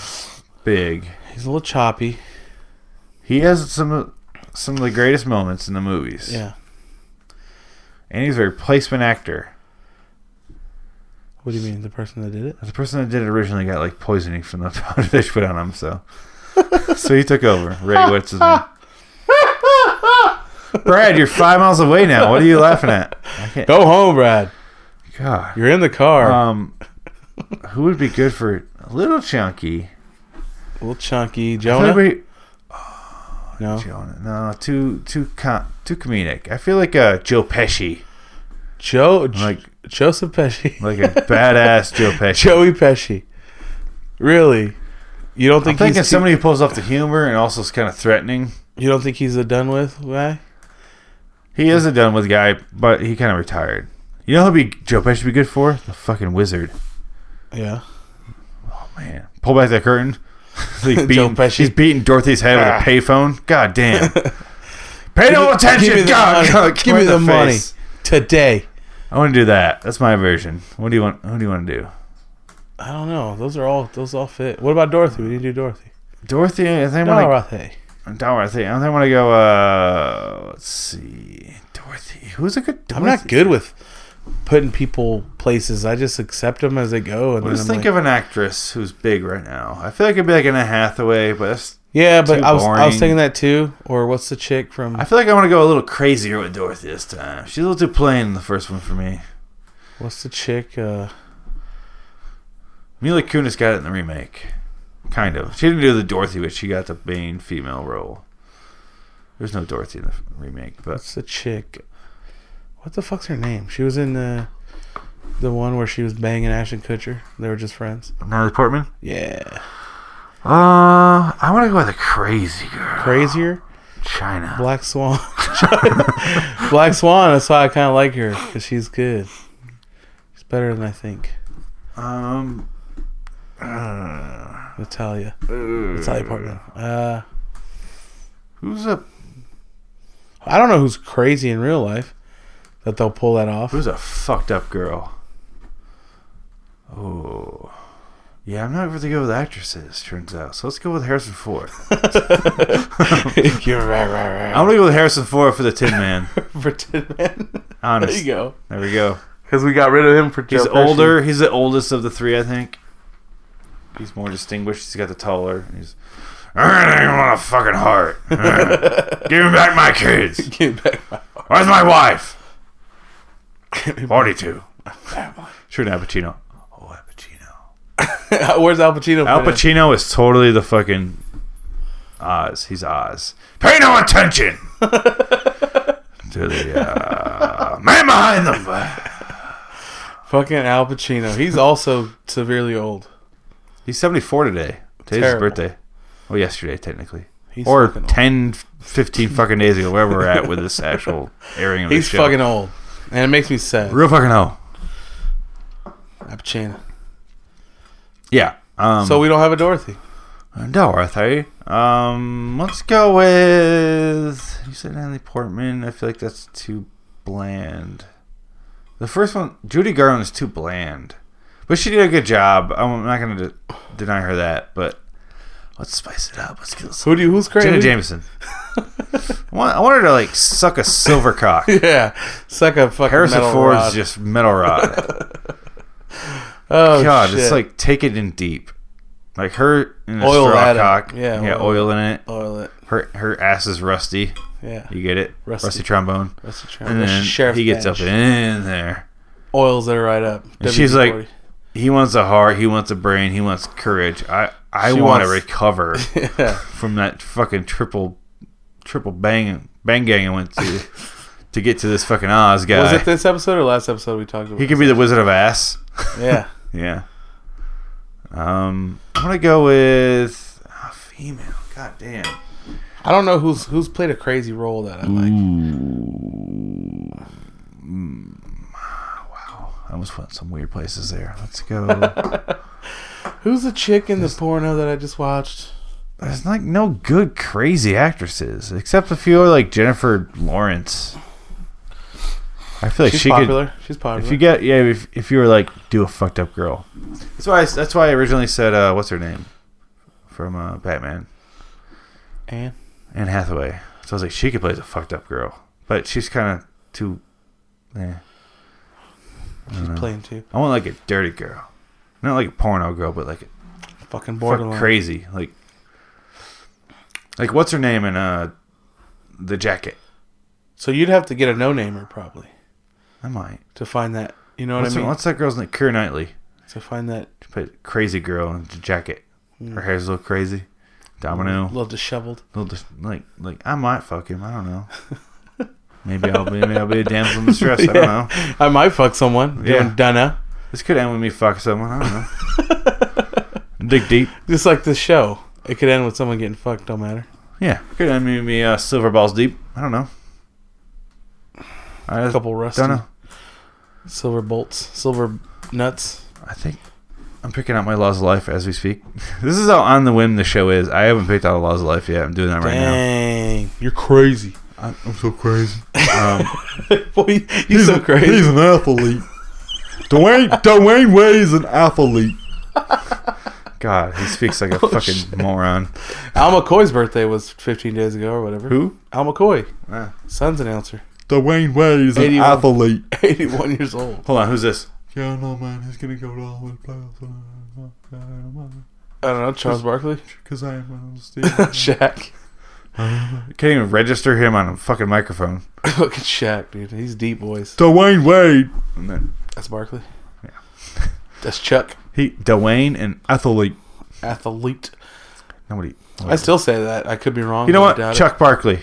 big.
He's a little choppy.
He has some some of the greatest moments in the movies.
Yeah.
and he's a replacement actor.
What do you mean? The person that did it?
The person that did it originally got like poisoning from the powder they put on him, so so he took over. Ray, what's his name? Brad, you're five miles away now. What are you laughing at? I can't.
Go home, Brad.
God.
You're in the car.
Um, who would be good for a little chunky?
a little chunky.
I feel
Jonah.
like we-
no.
Jonah. No, too too com- too comedic. I feel like uh, Joe Pesci,
Joe.
like
Joseph Pesci.
like a badass Joe Pesci.
Joey Pesci. Really? You don't
I'm
think
thinking
he's
somebody who pulls off the humor and also is kind of threatening.
You don't think he's a done with guy?
He is a done with guy, but he kind of retired. You know who be Joe Pesci be good for? The fucking wizard.
Yeah.
Man, pull back that curtain. he's, beating,
Pesci.
he's beating Dorothy's head
Ah.
with a payphone. God damn. Pay no
Give me-
attention.
give me the
God,
money.
God,
Give me
right in
the money.
face.
Today.
I want to do that. That's my version. What do you want? What do you want to do?
I don't know. Those are all those all fit. What about Dorothy? We need to do Dorothy.
Dorothy. I think I want
Dorothy.
to. Dorothy. I think I want to go. Uh, let's see. Dorothy. Who's a good?
I'm
Dorothy?
not good with putting people places. I just accept them as they go. And
Well,
then
just
I'm
think
like,
of an actress who's big right now. I feel like it'd be like Anna Hathaway, but that's,
yeah, but
too
I was I was
boring.
thinking that too. Or what's the chick from?
I feel like I want to go a little crazier with Dorothy this time. She's a little too plain in the first one for me.
what's the chick? Uh,
Mila Kunis got it in the remake, kind of. She didn't do the Dorothy, but she got the main female role. There's no Dorothy in the remake, but
what's the chick? What the fuck's her name? She was in the the one where she was banging Ashton Kutcher. They were just friends.
Natalie Portman.
Yeah.
Uh, I want to go with a crazy girl,
Crazier.
China.
Black Swan. Black Swan. That's why I kind of like her because she's good. She's better than I think.
Um, uh,
Natalia. Natalia Portman. Uh,
who's a
I don't know who's crazy in real life that they'll pull that off.
who's a fucked up girl? Oh, yeah. I'm not really good with actresses. Turns out, so let's go with Harrison Ford.
You're right, right,
I'm gonna go with Harrison Ford for the Tin Man.
For Tin Man. there
Honest.
you go.
There we go.
Because we got rid of him for Joe
He's
Pesci.
older. He's the oldest of the three, I think. He's more distinguished. He's got the taller. He's. I don't want a fucking heart. Give me back my kids.
Get back my
Where's my wife? Forty-two. Sure, Al Pacino. Oh, Al Pacino.
Where's Al Pacino?
Al
fit in?
Pacino is totally the fucking Oz. He's Oz. Pay no attention to the uh, man behind them.
Fucking Al Pacino. He's also severely old.
He's seventy-four today. Today's
Terrible.
his birthday. Well, yesterday technically,
He's
or
fucking old.
10, 15 fucking days ago, wherever we're at with this actual airing of
He's
the show.
fucking old. And it makes me sad.
Real fucking hell.
Al Pacino.
Yeah. Um,
So we don't have a Dorothy.
Dorothy. Um, let's go with. You said Natalie Portman. I feel like that's too bland. The first one, Judy Garland, is too bland, but she did a good job. I'm not going to de- deny her that, but let's spice it up. Let's kill some.
Who do you, who's crazy?
Jenna Jameson. I want I want her to like suck a silver cock.
Yeah. Suck a fucking
Harrison
metal
Ford's
rod.
just metal rod.
oh,
God,
shit.
it's like take it in deep. Like her in a
Oil
straw
that up.
cock.
Yeah,
yeah,
oil.
oil in it.
Oil it.
Her her ass is rusty.
Yeah.
You get it?
Rusty.
Rusty, trombone.
That's the
And then he gets up in there.
Oils it right up.
And she's like,
WD-40.
He wants a heart. He wants a brain. He wants courage. I I
She
want to
wants-
recover
yeah.
from that fucking triple triple bang bang gang I went to to get to this fucking Oz guy.
Was it this episode or last episode we talked about?
he could be the Wizard of Ass.
yeah.
Yeah. Um, I'm gonna go with ah, female. God damn.
I don't know who's who's played a crazy role that I
Mm.
like.
I almost went some weird places there. Let's go.
Who's the chick in the porno that I just watched?
There's like no good crazy actresses except a few are like Jennifer Lawrence. I feel like
She's
she
popular.
could.
she's popular.
If you get yeah, if, if you were like do a fucked up girl, that's why I, that's why I originally said uh, what's her name from uh, Batman
and
Anne Hathaway. So I was like she could play as a fucked up girl, but she's kind of too. Eh.
she's playing too.
I want like a dirty girl, not like a porno girl, but like a
Fucking
fuck
borderline.
crazy like like what's her name in uh the jacket.
So you'd have to get a no namer probably
I might.
to find that. You know what
What's,
I
her-
mean?
what's that girl's name? Keira Knightley.
to find that
She played crazy girl in the jacket.
Hmm.
Her hair's a little crazy. Domino.
little disheveled.
Little dis- like like I might fuck him. I don't know. maybe I'll be maybe I'll be a damsel in distress. I don't know.
I might fuck someone
Yeah.
doing Dunna,
This could end with me fuck someone. I don't know. Dig deep.
just like this show. It could end with someone getting fucked. Don't matter.
Yeah, good. I mean, maybe uh, silver balls deep. I don't know. I
A couple rusty
don't know.
silver bolts, silver nuts.
I think I'm picking out my laws of life as we speak. this is how on the whim the show is. I haven't picked out a laws of life yet. I'm doing that right now.
Dang, you're crazy,
I'm, I'm so crazy. Um,
boy. You're so crazy.
an athlete. Dwayne Dwayne Wade's an athlete. God, he speaks like a fucking moron.
Al McCoy's birthday was 15 days ago or whatever.
Who?
Al McCoy,
Ah.
son's announcer,
Dwayne Wade's
an 81.
athlete.
81 years old.
Hold on, who's this?
Yeah, no, man, he's gonna go to all the Oh, playoffs.
I don't know Charles Barkley,
Because I am uh, Steve.
Shaq.
Can't even register him on a fucking microphone.
Look at Shaq, dude. He's deep voice.
Dwayne Wade. And then
That's Barkley. That's Chuck.
he Dwayne and athlete.
Athlete.
Nobody.
I still say that. I could be wrong.
You know what?
but I doubt it.
Chuck Barkley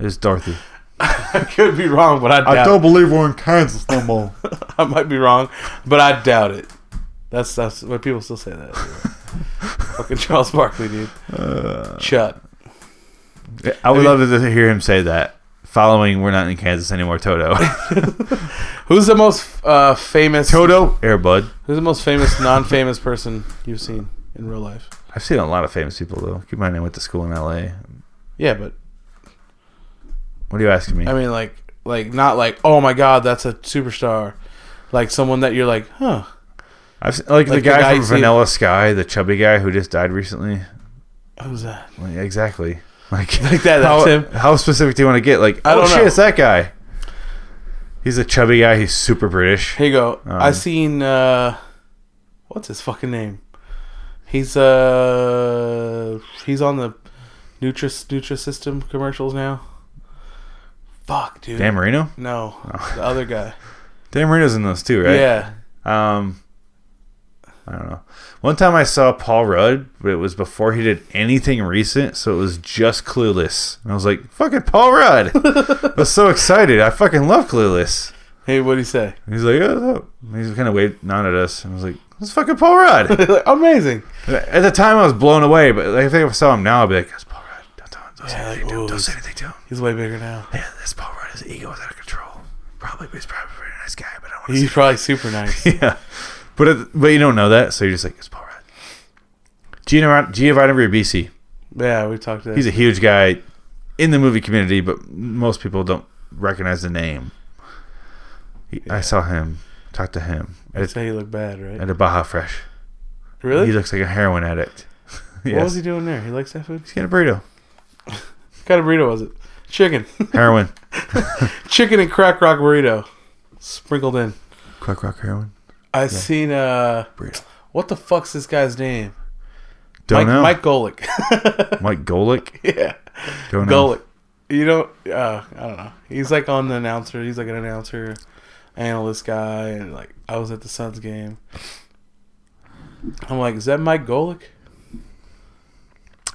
is Dorothy.
I could be wrong, but I doubt
I
it.
don't believe we're in Kansas no more.
I might be wrong, but I doubt it. That's that's what people still say that. Fucking Charles Barkley, dude.
Uh,
Chuck.
I would love to hear him say that. Following, we're not in Kansas anymore. Toto.
Who's the most uh, famous?
Toto Airbud.
Who's the most famous non-famous person you've seen in real life?
I've seen a lot of famous people though. Keep in mind, I went to school in L.A.
Yeah, but
What are you asking me?
I mean, like, like not like, oh my god, that's a superstar. Like someone that you're like, huh?
I've seen, like, the
Like the
guy,
guy
from
you see-
Vanilla Sky, the chubby guy who just died recently.
Who's that?
Like, exactly. Like,
Like that, that's
How,
him.
how specific do you want to get? Like,
I
oh
don't
shit,
know.
it's that guy. He's a chubby guy. He's super British.
Here you go. I
Um,
seen uh, what's his fucking name? He's uh, he's on the Nutris Nutri System commercials now. Fuck, dude.
Dan Marino.
No, the other guy.
Dan Marino's in those too, right?
Yeah.
Um, I don't know. One time I saw Paul Rudd, but it was before he did anything recent, so it was just Clueless. And I was like, "Fucking Paul Rudd!" I was so excited. I fucking love Clueless.
Hey, what'd he say?
And he's like, "Oh," and he's kind of waved none at us, and I was like, "That's fucking Paul Rudd."
Like, Amazing.
at the time, I was blown away, but like, I think if I saw him now, I'd be like, "That's Paul Rudd." Don't, tell him- don't say
Yeah,
anything.
like,
Don't,
ooh,
don't say
he's-
anything to him.
He's way bigger now.
Yeah, that's Paul Rudd. His ego is out of control. Probably, but he's probably a very nice guy. But I don't want to
He's probably super nice.
yeah, but it, but you don't know that, so you're just like it's Paul Rudd. Giovanni Giovanni Ribisi,
yeah, we talked. To
he's a huge guy in the movie community, but most people don't recognize the name. He, I saw him, talked to him at,
say he looked bad, right?
at a Baja Fresh.
Really?
He looks like a heroin addict. yes.
What was he doing there? He likes that food.
He's getting a burrito,
What kind of burrito was it? Chicken,
heroin,
chicken and crack rock burrito, sprinkled in.
crack rock heroin.
I seen uh,
Burrito.
what the fuck's this guy's name?
Don't
Mike,
know.
Mike Golick.
Mike Golick.
yeah,
Don't know.
Golick. You don't. Uh, I don't know. He's like on the announcer. He's like an announcer, analyst guy, and like I was at the Suns game. I'm like, is that Mike Golick?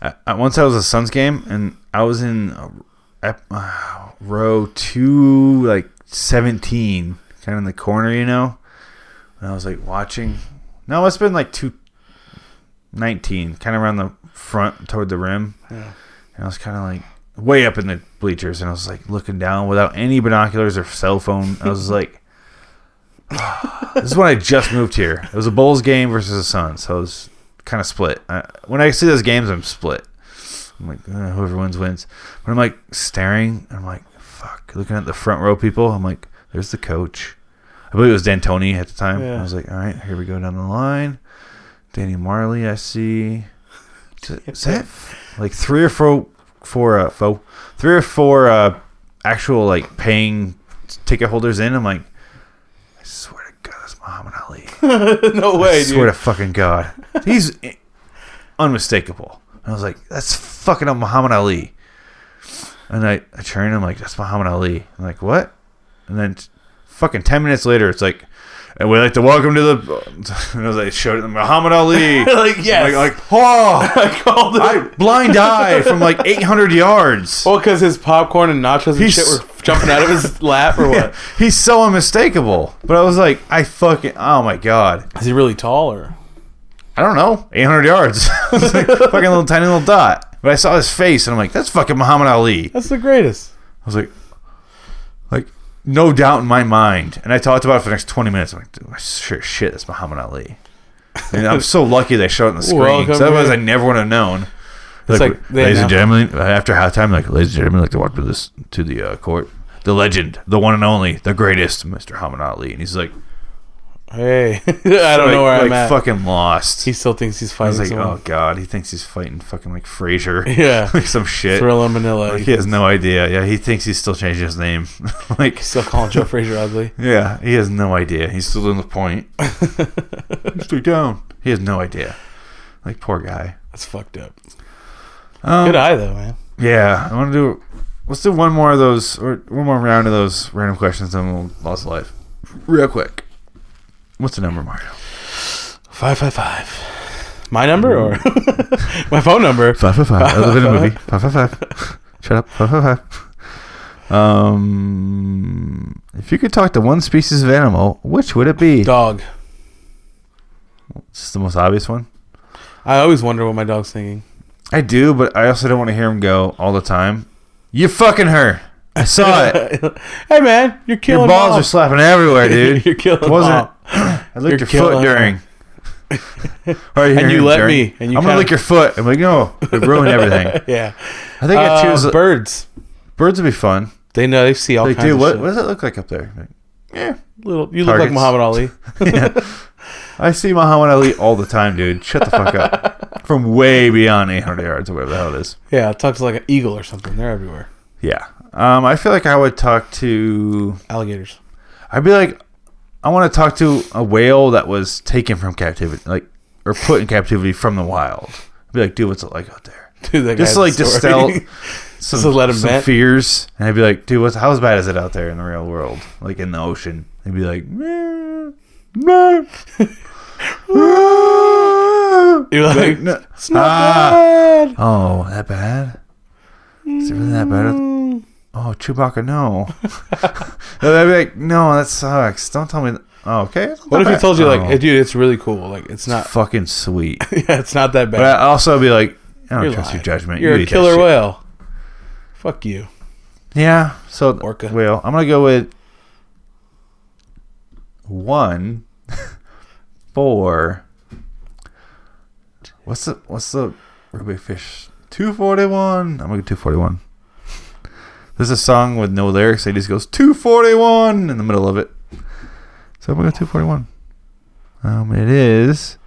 I, I, Uh, once I was a Suns game, and I was in uh, ep- uh, row two, like seventeen, kind of in the corner, you know. And I was like watching. No, it's been like two, nineteen, kind of around the front toward the rim,
Yeah.
and I was kind of like way up in the bleachers, and I was like looking down without any binoculars or cell phone. I was like. this is when I just moved here. It was a Bulls game versus the Suns, so it was kind of split. I, when I see those games, I'm split. I'm like, uh, whoever wins wins. But I'm like staring. and I'm like, fuck. Looking at the front row people. I'm like, there's the coach. I believe it was D'Antoni at the time.
Yeah.
I was like, all right, here we go down the line. Danny Marley, I see. Is, it- is that like three or four, four, uh, four, three or four uh, actual like paying ticket holders in? I'm like, I swear to God, that's Muhammad Ali.
no
I
way,
swear
dude.
to fucking God. He's i- unmistakable. And I was like, that's fucking up Muhammad Ali. And I, I turn, I'm like, that's Muhammad Ali. I'm like, what? And then t- fucking 10 minutes later, it's like, and we'd like to welcome to the. And I was like, showed him Muhammad Ali.
like yes,
Like, like, oh,
I called it.
I blind eye from like 800 yards.
well, because his popcorn and nachos and
He's-
shit were jumping out of his lap or what?
He's so unmistakable. But I was like, I fucking, oh my God.
Is he really tall or?
I don't know, 800 yards. It's like a fucking little tiny little dot. But But I saw his face and I'm like, that's fucking Muhammad Ali. I
That's the greatest.
was like, like no doubt in my mind. And I talked about it for the next 20 minutes. I'm like, dude, sure shit, that's Muhammad Ali. And I'm so lucky they showed it on the screen.
Welcome
Because otherwise,
to-
I never would have known.
It's
like,
like they
ladies and
announced-
gentlemen, after halftime, like ladies and gentlemen, I'd like to walk to this to the uh, court, the legend, the one and only, the greatest, Mr. Muhammad Ali, and he's like,
Hey, I don't
like-
know where I'm
like,
at.
fucking lost.
He still thinks he's
I
fighting
was like,
someone.
oh god, he thinks he's fighting fucking like Frazier,
Yeah.
like some shit.
Thrill in Manila.
Like, he has no idea. Yeah, he thinks he's still changing his name. like,
Still calling Joe Frazier ugly.
yeah, he has no idea. He's still in the point. Stay down. He has no idea. Like poor guy.
That's fucked up.
Um,
Good eye though, man.
Yeah, I want to do. Let's do one more of those, or one more round of those random questions, and we'll lost life, real quick. What's the number, Mario?
Five five five. My number or
Mm.
my phone number?
Five five five. I live in a movie. Five five five. Shut up. Five five five. Um, if you could talk to one species of animal, which would it be?
Dog.
This is the most obvious one.
I always wonder what my dog's thinking.
I do, but I also don't want to hear him go all the time. You fucking her. I saw it.
hey man, you're killing.
Your balls
mom.
are slapping everywhere, dude.
you're killing.
It wasn't.
mom.
I licked your
You're
foot
killing
during. Right,
And you
here,
let
during.
me, and you
I'm gonna
kinda-
lick your foot. I'm like, no, it ruined everything.
Yeah.
I think I
Uh,
choose
birds.
birds would be fun.
They know they see all
Like,
kinds
dude,
of
what,
shit.
what does it look like up there? Like,
Little, you look like
Targets.
Muhammad Ali.
I see Muhammad Ali all the time, dude. Shut the fuck up. From way beyond 800 yards or whatever the hell it is.
Yeah, it talks like an eagle or something. They're everywhere.
Yeah. Um, I feel like I would talk to.
Alligators.
I'd be like, I want to talk to a whale that was taken from captivity, like, or put in captivity from the wild. I'd be like, dude, what's it like out there?
Dude, that
Just to,
guy's
like distill
story.
some,
to let 'em
some
vent.
fears, and I'd be like, dude, what's how bad is it out there in the real world, like in the ocean? They'd be like, "Meh, meh."
You're like,
Like, no-
it's not
Ah.
bad.
oh, that bad? Is it really that bad? Oh, Chewbacca, no. And I'd be like, no, that sucks. Don't tell me. Th- oh, okay. it's not
What if he
bad."
told you like,
Oh,
hey, dude, it's really cool. Like, it's not.
fucking sweet?
Yeah, it's not that bad.
But I also be like, I don't
You're
trust your
lying.
judgment.
You're
You
a
eat that
killer
shit.
whale. Fuck you.
Yeah. So
Orca.
Well, I'm gonna go with one, four. What's the what's the ruby fish? Two forty one. I'm gonna go two forty one. There's a song with no lyrics. It just goes two forty one in the middle of it. So I'm gonna go two forty one. Um, it is.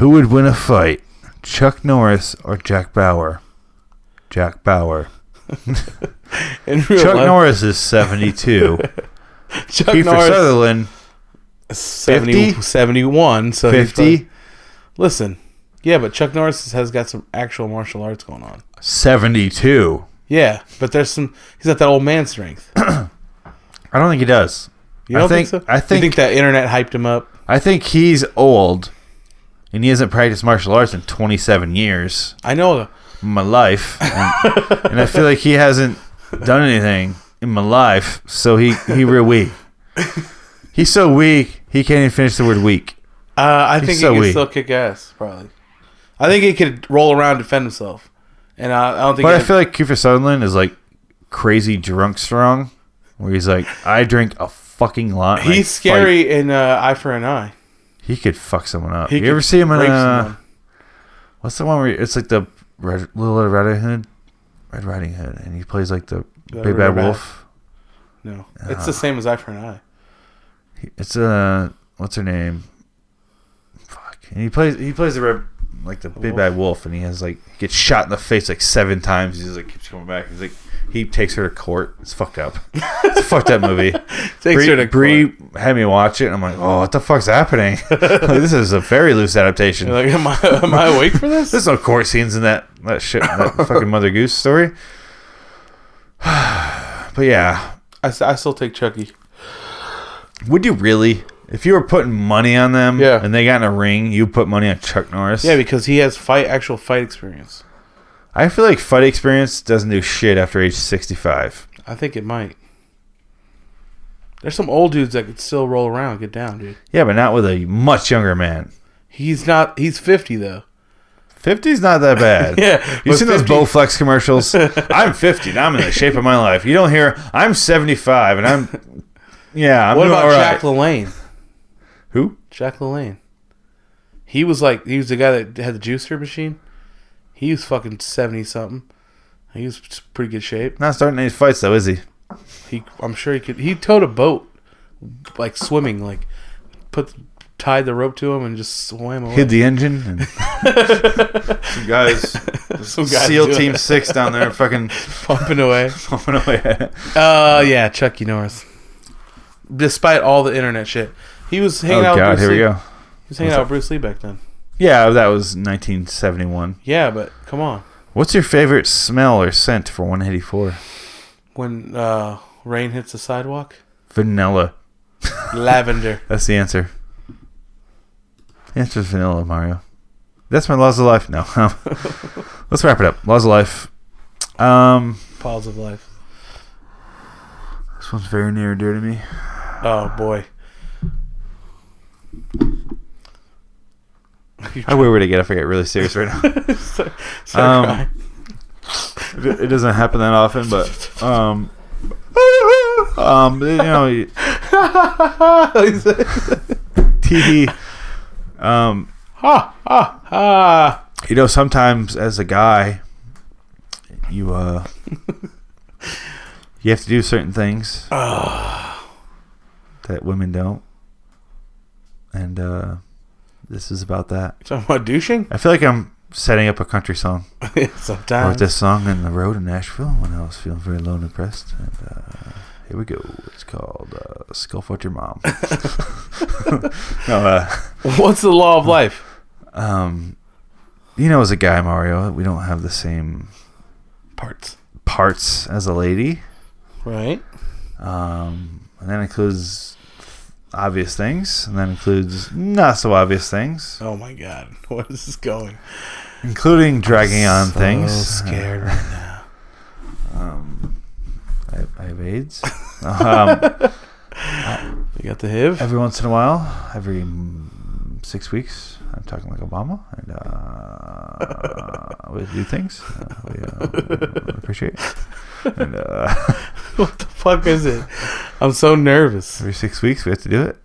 Who would win a fight, Chuck Norris or Jack Bauer? Jack Bauer.
In real
Chuck
life,
Norris is 72.
Chuck
Kiefer
Norris
Sutherland,
is 70,
50?
71. So he's
50.
probably- listen, yeah, but Chuck Norris has got some actual martial arts going on.
72.
Yeah, but there's some. He's got that old man strength.
I don't think he does.
You
I
don't think,
think-
so?
I
you
think-
think that internet hyped him up.
I think he's old and he hasn't practiced martial arts in 27 years
I know. Uh,
of my life. And, and I feel like he hasn't done anything in my life. So he, he real weak. He's so weak, he can't even finish the word weak.
Uh, I think
so
he could
weak.
still kick ass. Probably. I think he could roll around, and defend himself, and I, I don't think.
But I
he'd-
feel like Kiefer Sutherland is like crazy drunk strong, where he's like, I drink a fucking lot. and I
he's
fight."
scary in uh, Eye for an Eye.
He could fuck someone up.
He
you
could
ever see him in
rape
uh,
someone.
what's the one where it's like the Red, Little Red Riding Hood, Red Riding Hood, and he plays like the,
The
Big
Red
Bad
Rat.
Wolf.
No, it's
Ah.
the same as Eye for an Eye.
He- It's uh, what's her name? Fuck. And he plays he plays the red like the Big
wolf?
Bad Wolf, and he has like he gets shot in the face like seven times. He's like keeps coming back. He's like he takes her to court. It's fucked up. it's a fucked up movie.
Takes her to
Bree, Bree had me watch it, and I'm like, oh, what the fuck's happening? Like, this is a very loose adaptation.
You're like, am I, am I awake for this?
There's no court scenes in that that shit, that fucking Mother Goose story. but yeah,
I, s- I still take Chucky.
would you really? If you were putting money on them,
Yeah.
and they got in a ring, you put money on Chuck Norris.
Yeah, because he has fight actual fight experience.
I feel like fight experience doesn't do shit after age sixty-five.
I think it might. There's some old dudes that could still roll around, and get down, dude.
Yeah, but not with a much younger man.
He's not. He's fifty though.
50's not that bad.
Yeah,
You
but
seen those
50
Bowflex commercials? I'm 50 and I'm in the shape of my life. You don't hear I'm 75 and I'm yeah. I'm
What
doing
about
all right.
Jack LaLanne?
Who?
Jack LaLanne. He was like he was the guy that had the juicer machine. He was fucking seventy something. He was pretty good shape.
Not starting any fights though, is he?
He, I'm sure he could. He towed a boat, like swimming, like put tied the rope to him and just swam away.
Hid the engine. And some guys,
Some guy
SEAL
doing
Team
it,
Six down there, fucking
pumping away.
pumping away.
Uh, yeah, Chucky Norris. Despite all the internet shit, he was hanging out.
oh God,
with Bruce
here we
Lee.
go.
He was hanging out with Bruce Lee back then.
Yeah, that was 1971.
Yeah, but come on.
What's your favorite smell or scent for 184?
When uh, rain hits the sidewalk,
Vanilla.
lavender.
That's the answer. The answer is vanilla, Mario. That's my laws of life. No, um, let's wrap it up. Laws of life. Um,
Pause of life.
this one's very near and dear to me.
Oh boy.
I where would I get if I get really serious right now?
Start
Um,
crying.
it it doesn't happen that often, but um, um, you know, tee hee. um,
ha ha ha.
you know, sometimes as a guy, you uh, you have to do certain things that women don't, and uh, this is about that.
Talking about douching?
I feel like I'm setting up a country song. I wrote
Sometimes.
this song in the road in Nashville when I was feeling very low and depressed. And, uh, here we go. It's called uh, "Skull Fuck Your Mom." no, uh,
What's the law of
Hmm.
life?
um, you know, as a guy, Mario, we don't have the same
Parts.
parts as a lady,
Right.
um, and that includes obvious things, and that includes not so obvious things,
Oh my god. Where is this going?
including dragging on
so
things. Uh,
scared right now.
Um, I, I have AIDS. um,
You got the HIV?
every once in a while, every mm, six weeks, I'm talking like Obama, and uh, we do things uh, we uh, appreciate. And uh,
What the fuck is it? I'm so nervous.
every six weeks, we have to do it.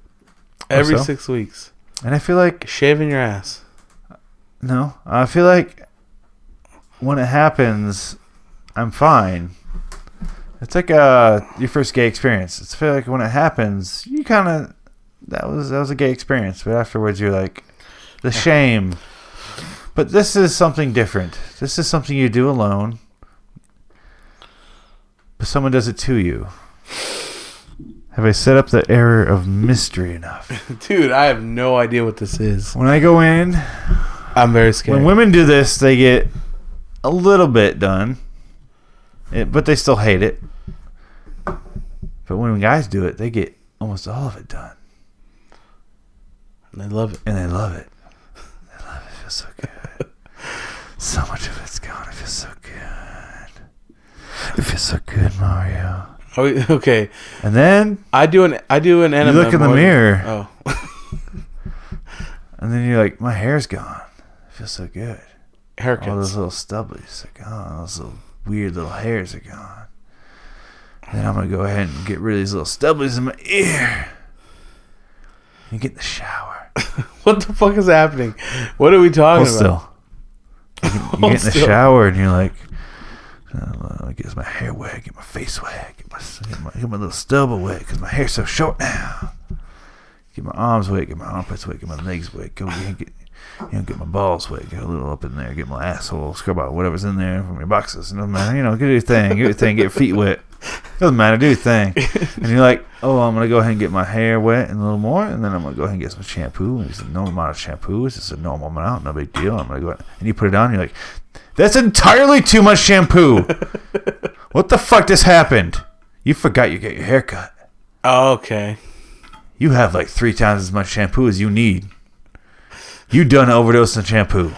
Every
so?
six weeks.
And I feel like
Shaving your ass.
no, I feel like when it happens, I'm fine. It's like uh, your first gay experience. It's I feel like when it happens, you kind of that was that was a gay experience, but afterwards you're like the shame. But this is something different. This is something you do alone. But someone does it to you. Have I set up the error of mystery enough?
Dude, I have no idea what this is.
When I go in,
I'm very scared.
When women do this, they get a little bit done, it, but they still hate it. But when guys do it, they get almost all of it done,
I love it.
and they love it. They love it. It feels so good. so much of it's gone. It feels so good. It feels so good, Mario.
Are we- Oh, okay.
And then,
I do an I do an enema.
look in the
more than-
mirror.
Oh,
and then you're like, my hair's gone. It feels so good. All Oh, those
haircuts.
little stubblies are gone. All those little weird little hairs are gone. And then I'm gonna go ahead and get rid of these little stubblies in my ear. And get in the shower.
What the fuck is happening? What are we talking
Hold
about?
still. You get- You get in the
still.
shower and you're like, uh, get my hair wet, get my face wet, get my get my, get my little stubble wet because my hair's so short now. Get my arms wet, get my armpits wet, get my legs wet. Go get, get you know, get my balls wet, get a little up in there, get my asshole, scrub out whatever's in there from your boxes. It doesn't matter, you know, get your thing, get your thing, get your feet wet. Doesn't matter, do your thing. And you're like, oh, I'm gonna go ahead and get my hair wet and a little more, and then I'm gonna go ahead and get some shampoo. And it's a normal amount of shampoo. It's just a normal amount, no big deal. I'm gonna go ahead. and you put it on. And you're like, that's entirely too much shampoo. what the fuck just happened? You forgot you get your hair cut.
Oh, okay.
You have like three times as much shampoo as you need. You done overdosed on shampoo.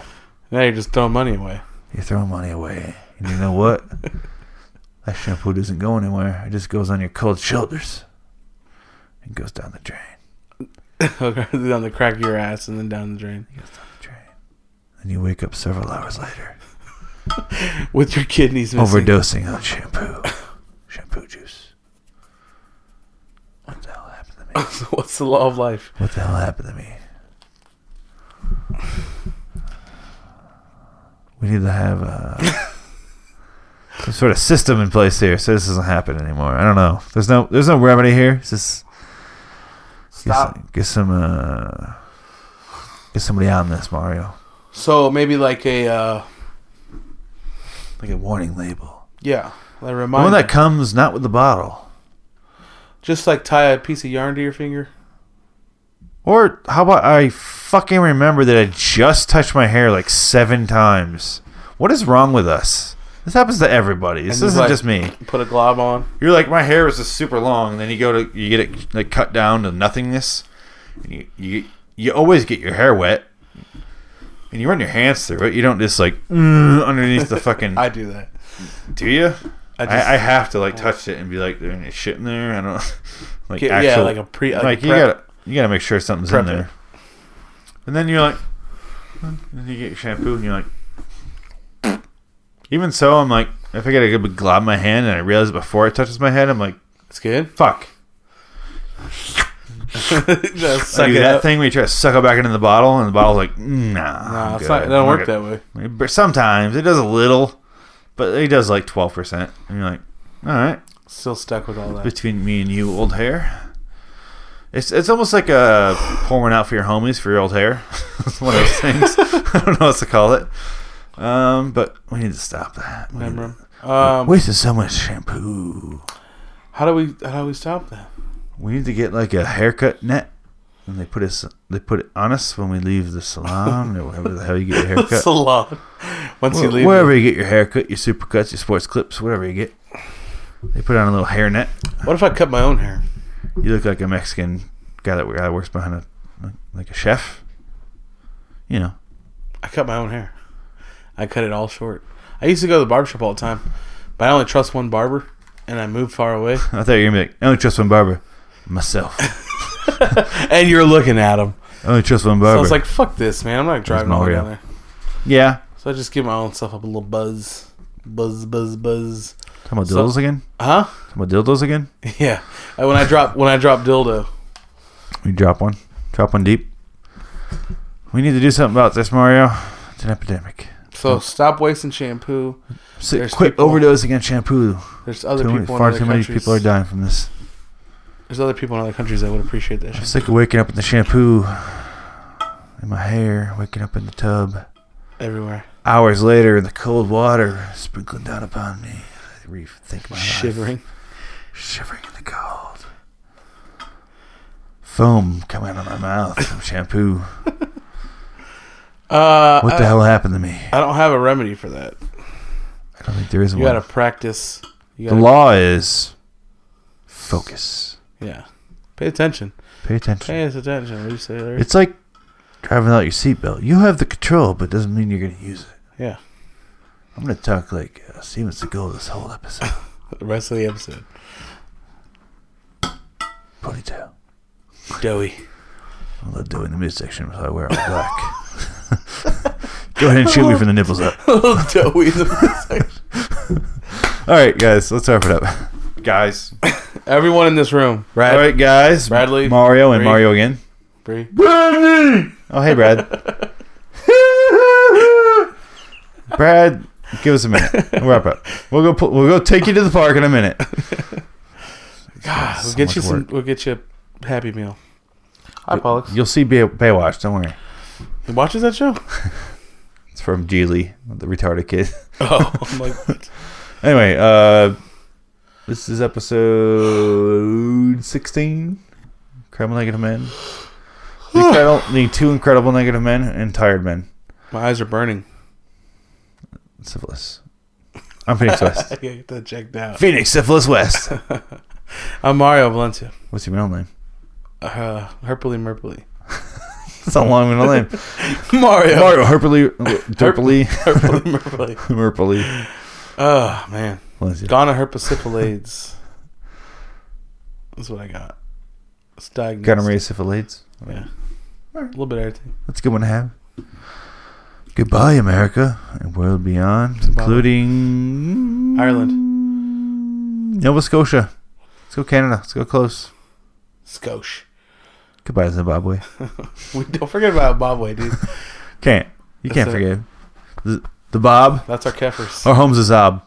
Now you're just throwing money away.
You're throwing money away. And you know what? that shampoo doesn't go anywhere. It just goes on your cold shoulders and goes down the drain.
down the crack of your ass and then down the drain.
It goes down the drain. It and you wake up several hours later
with your kidneys missing.
overdosing on shampoo, shampoo juice. What the hell happened to me?
What's the law of life?
What the hell happened to me? We need to have uh, some sort of system in place here, so this doesn't happen anymore. I don't know. There's no there's no remedy here. It's just get
Stop.
some- Get some, uh, get somebody on this, Mario.
So maybe like a uh,
Like a warning label.
yeah, like
The
a
one
reminder.
that comes not with the bottle.
Just like tie a piece of yarn to your finger.
Or how about I fucking remember that I just touched my hair like seven times. What is wrong with us? This happens to everybody. This
And it's
isn't
like-
just me.
Put a glob on.
You're like my hair is just super long, and then you go to you get it like cut down to nothingness, and you you you always get your hair wet, and you run your hands through it. You don't just like "Mm," underneath the fucking.
I do that.
do you? I,
just-
I, have to like touch it and be like, there ain't shit in there. I don't like
Get- yeah,
actual,
like a pre- like
like,
a
you
prep.
gotta you gotta make sure something's in
Prep it.
there. And then you're like, and then you get your shampoo and you're like, even so, I'm like, if I get a good glob in my hand and I realize it before it touches my head, I'm like,
It's good.
fuck.
Just
I
suck
do
it
that
up.
thing where you try to suck it back into the bottle and the bottle's like, nah.
Nah,
I'm
it's
good.
not, it
I'm
doesn't work
good."
that way.
But sometimes it does a little, but it does like 12%. And you're like, all right.
Still stuck with all that.
between me and you, old hair. It's it's almost like uh pouring out for your homies for your old hair. it's one of those things. I don't know what to call it. Um, but we need to stop that. We need
Remember?
to-
Um,
wasted so much shampoo.
how do we how do we stop that?
We need to get like a haircut net, and they put us they put it on us when we leave the salon or wherever the hell you get your haircut.
Salon. Once you
Wh-
leave,
wherever
it.
you get your haircut, your supercuts, your sports clips, whatever you get, they put on a little hair net.
what if I cut my own hair?
You look like a Mexican guy that guy that works behind a like, like a chef. You know,
I cut my own hair. I cut it all short. I used to go to the barbershop all the time, but I only trust one barber, and I moved far away.
I thought you were gonna be like, I only trust one barber, myself. I
and you're looking at him.
only trust one
So I
barber.
was like, "Fuck this, man! I'm not driving all the way
Mario.
down there."
yeah,
So I just give my own stuff up a little buzz, buzz, buzz, buzz.
talking about
So-
dildos again.
Huh?
Talking about dildos again.
Yeah. And when I drop when I drop dildo,
We drop one, drop one deep. We need to do something about this, Mario. It's an epidemic.
so stop wasting shampoo.
So
There's
quit
people-
overdosing on shampoo.
There's other
Too many,
people in
far
other
too many
countries.
people are dying from this.
There's other people in other countries that would appreciate that.
I'm
Shit.
sick of waking up in the shampoo, in my hair, waking up in the tub.
Everywhere,
hours later in the cold water sprinkling down upon me. I rethink my life.
shivering.
Shivering in the cold. Foam coming out of my mouth from shampoo.
Uh,
What
I,
the hell happened to me?
I don't have a remedy for that.
I don't think there is
You
one.
gotta practice. You
the
gotta,
law is focus.
Yeah. Pay attention.
Pay attention.
Pay us attention. What do you say there?
It's like driving without your seatbelt. You have the control, but it doesn't mean you're going to use it.
yeah.
I'm going to talk like uh, Steven Seagal this whole episode.
The rest of the episode.
Ponytail.
Doughy.
I love doing the mid section, so I wear all black. Go ahead and shoot me from the nipples up.
Doughy. in the section.
All right, guys, let's wrap it up. Guys.
Everyone in this room. Right.
All right, guys.
Bradley,
Mario, and
Bree.
Mario again.
Bree.
Oh, hey, Brad. Brad, give us a minute. We'll wrap up. We'll go. Pull, we'll go take you to the park in a minute.
God, we'll
so
get
much
you some.
work.
We'll get you a Happy Meal. Hi, Pollux.
You'll see Bay- Baywatch. Don't worry.
He watches that show.
It's from Geely, the retarded kid.
Oh, I'm like, what?
Anyway, uh, this is episode sixteen. Incredible negative men. The, incredible, the two incredible negative men and tired men.
my eyes are burning.
Syphilis. I'm Phoenix West.
I gotta get that checked out.
Phoenix Syphilis West.
I'm Mario Valencia.
What's your middle name?
Uh, Herpily Merpily.
That's a long middle name.
Mario.
Mario Herpily, Derpily,
Herpily Merpily.
Merpily.
Oh, man.
Valencia.
Donna Herpacipilades. That's what I got. It's diagnosed.
Gonorrhea syphilades.
Yeah. A little bit of everything.
That's a good one to have. Goodbye, America and world beyond, including
Ireland.
Nova Scotia. Let's go Canada. Let's go close.
Skosh.
Goodbye, Zimbabwe.
We don't forget about Bobway, dude.
Can't. You
That's
can't
it.
forget. The, the Bob.
That's our keffers.
Our home's a Zob.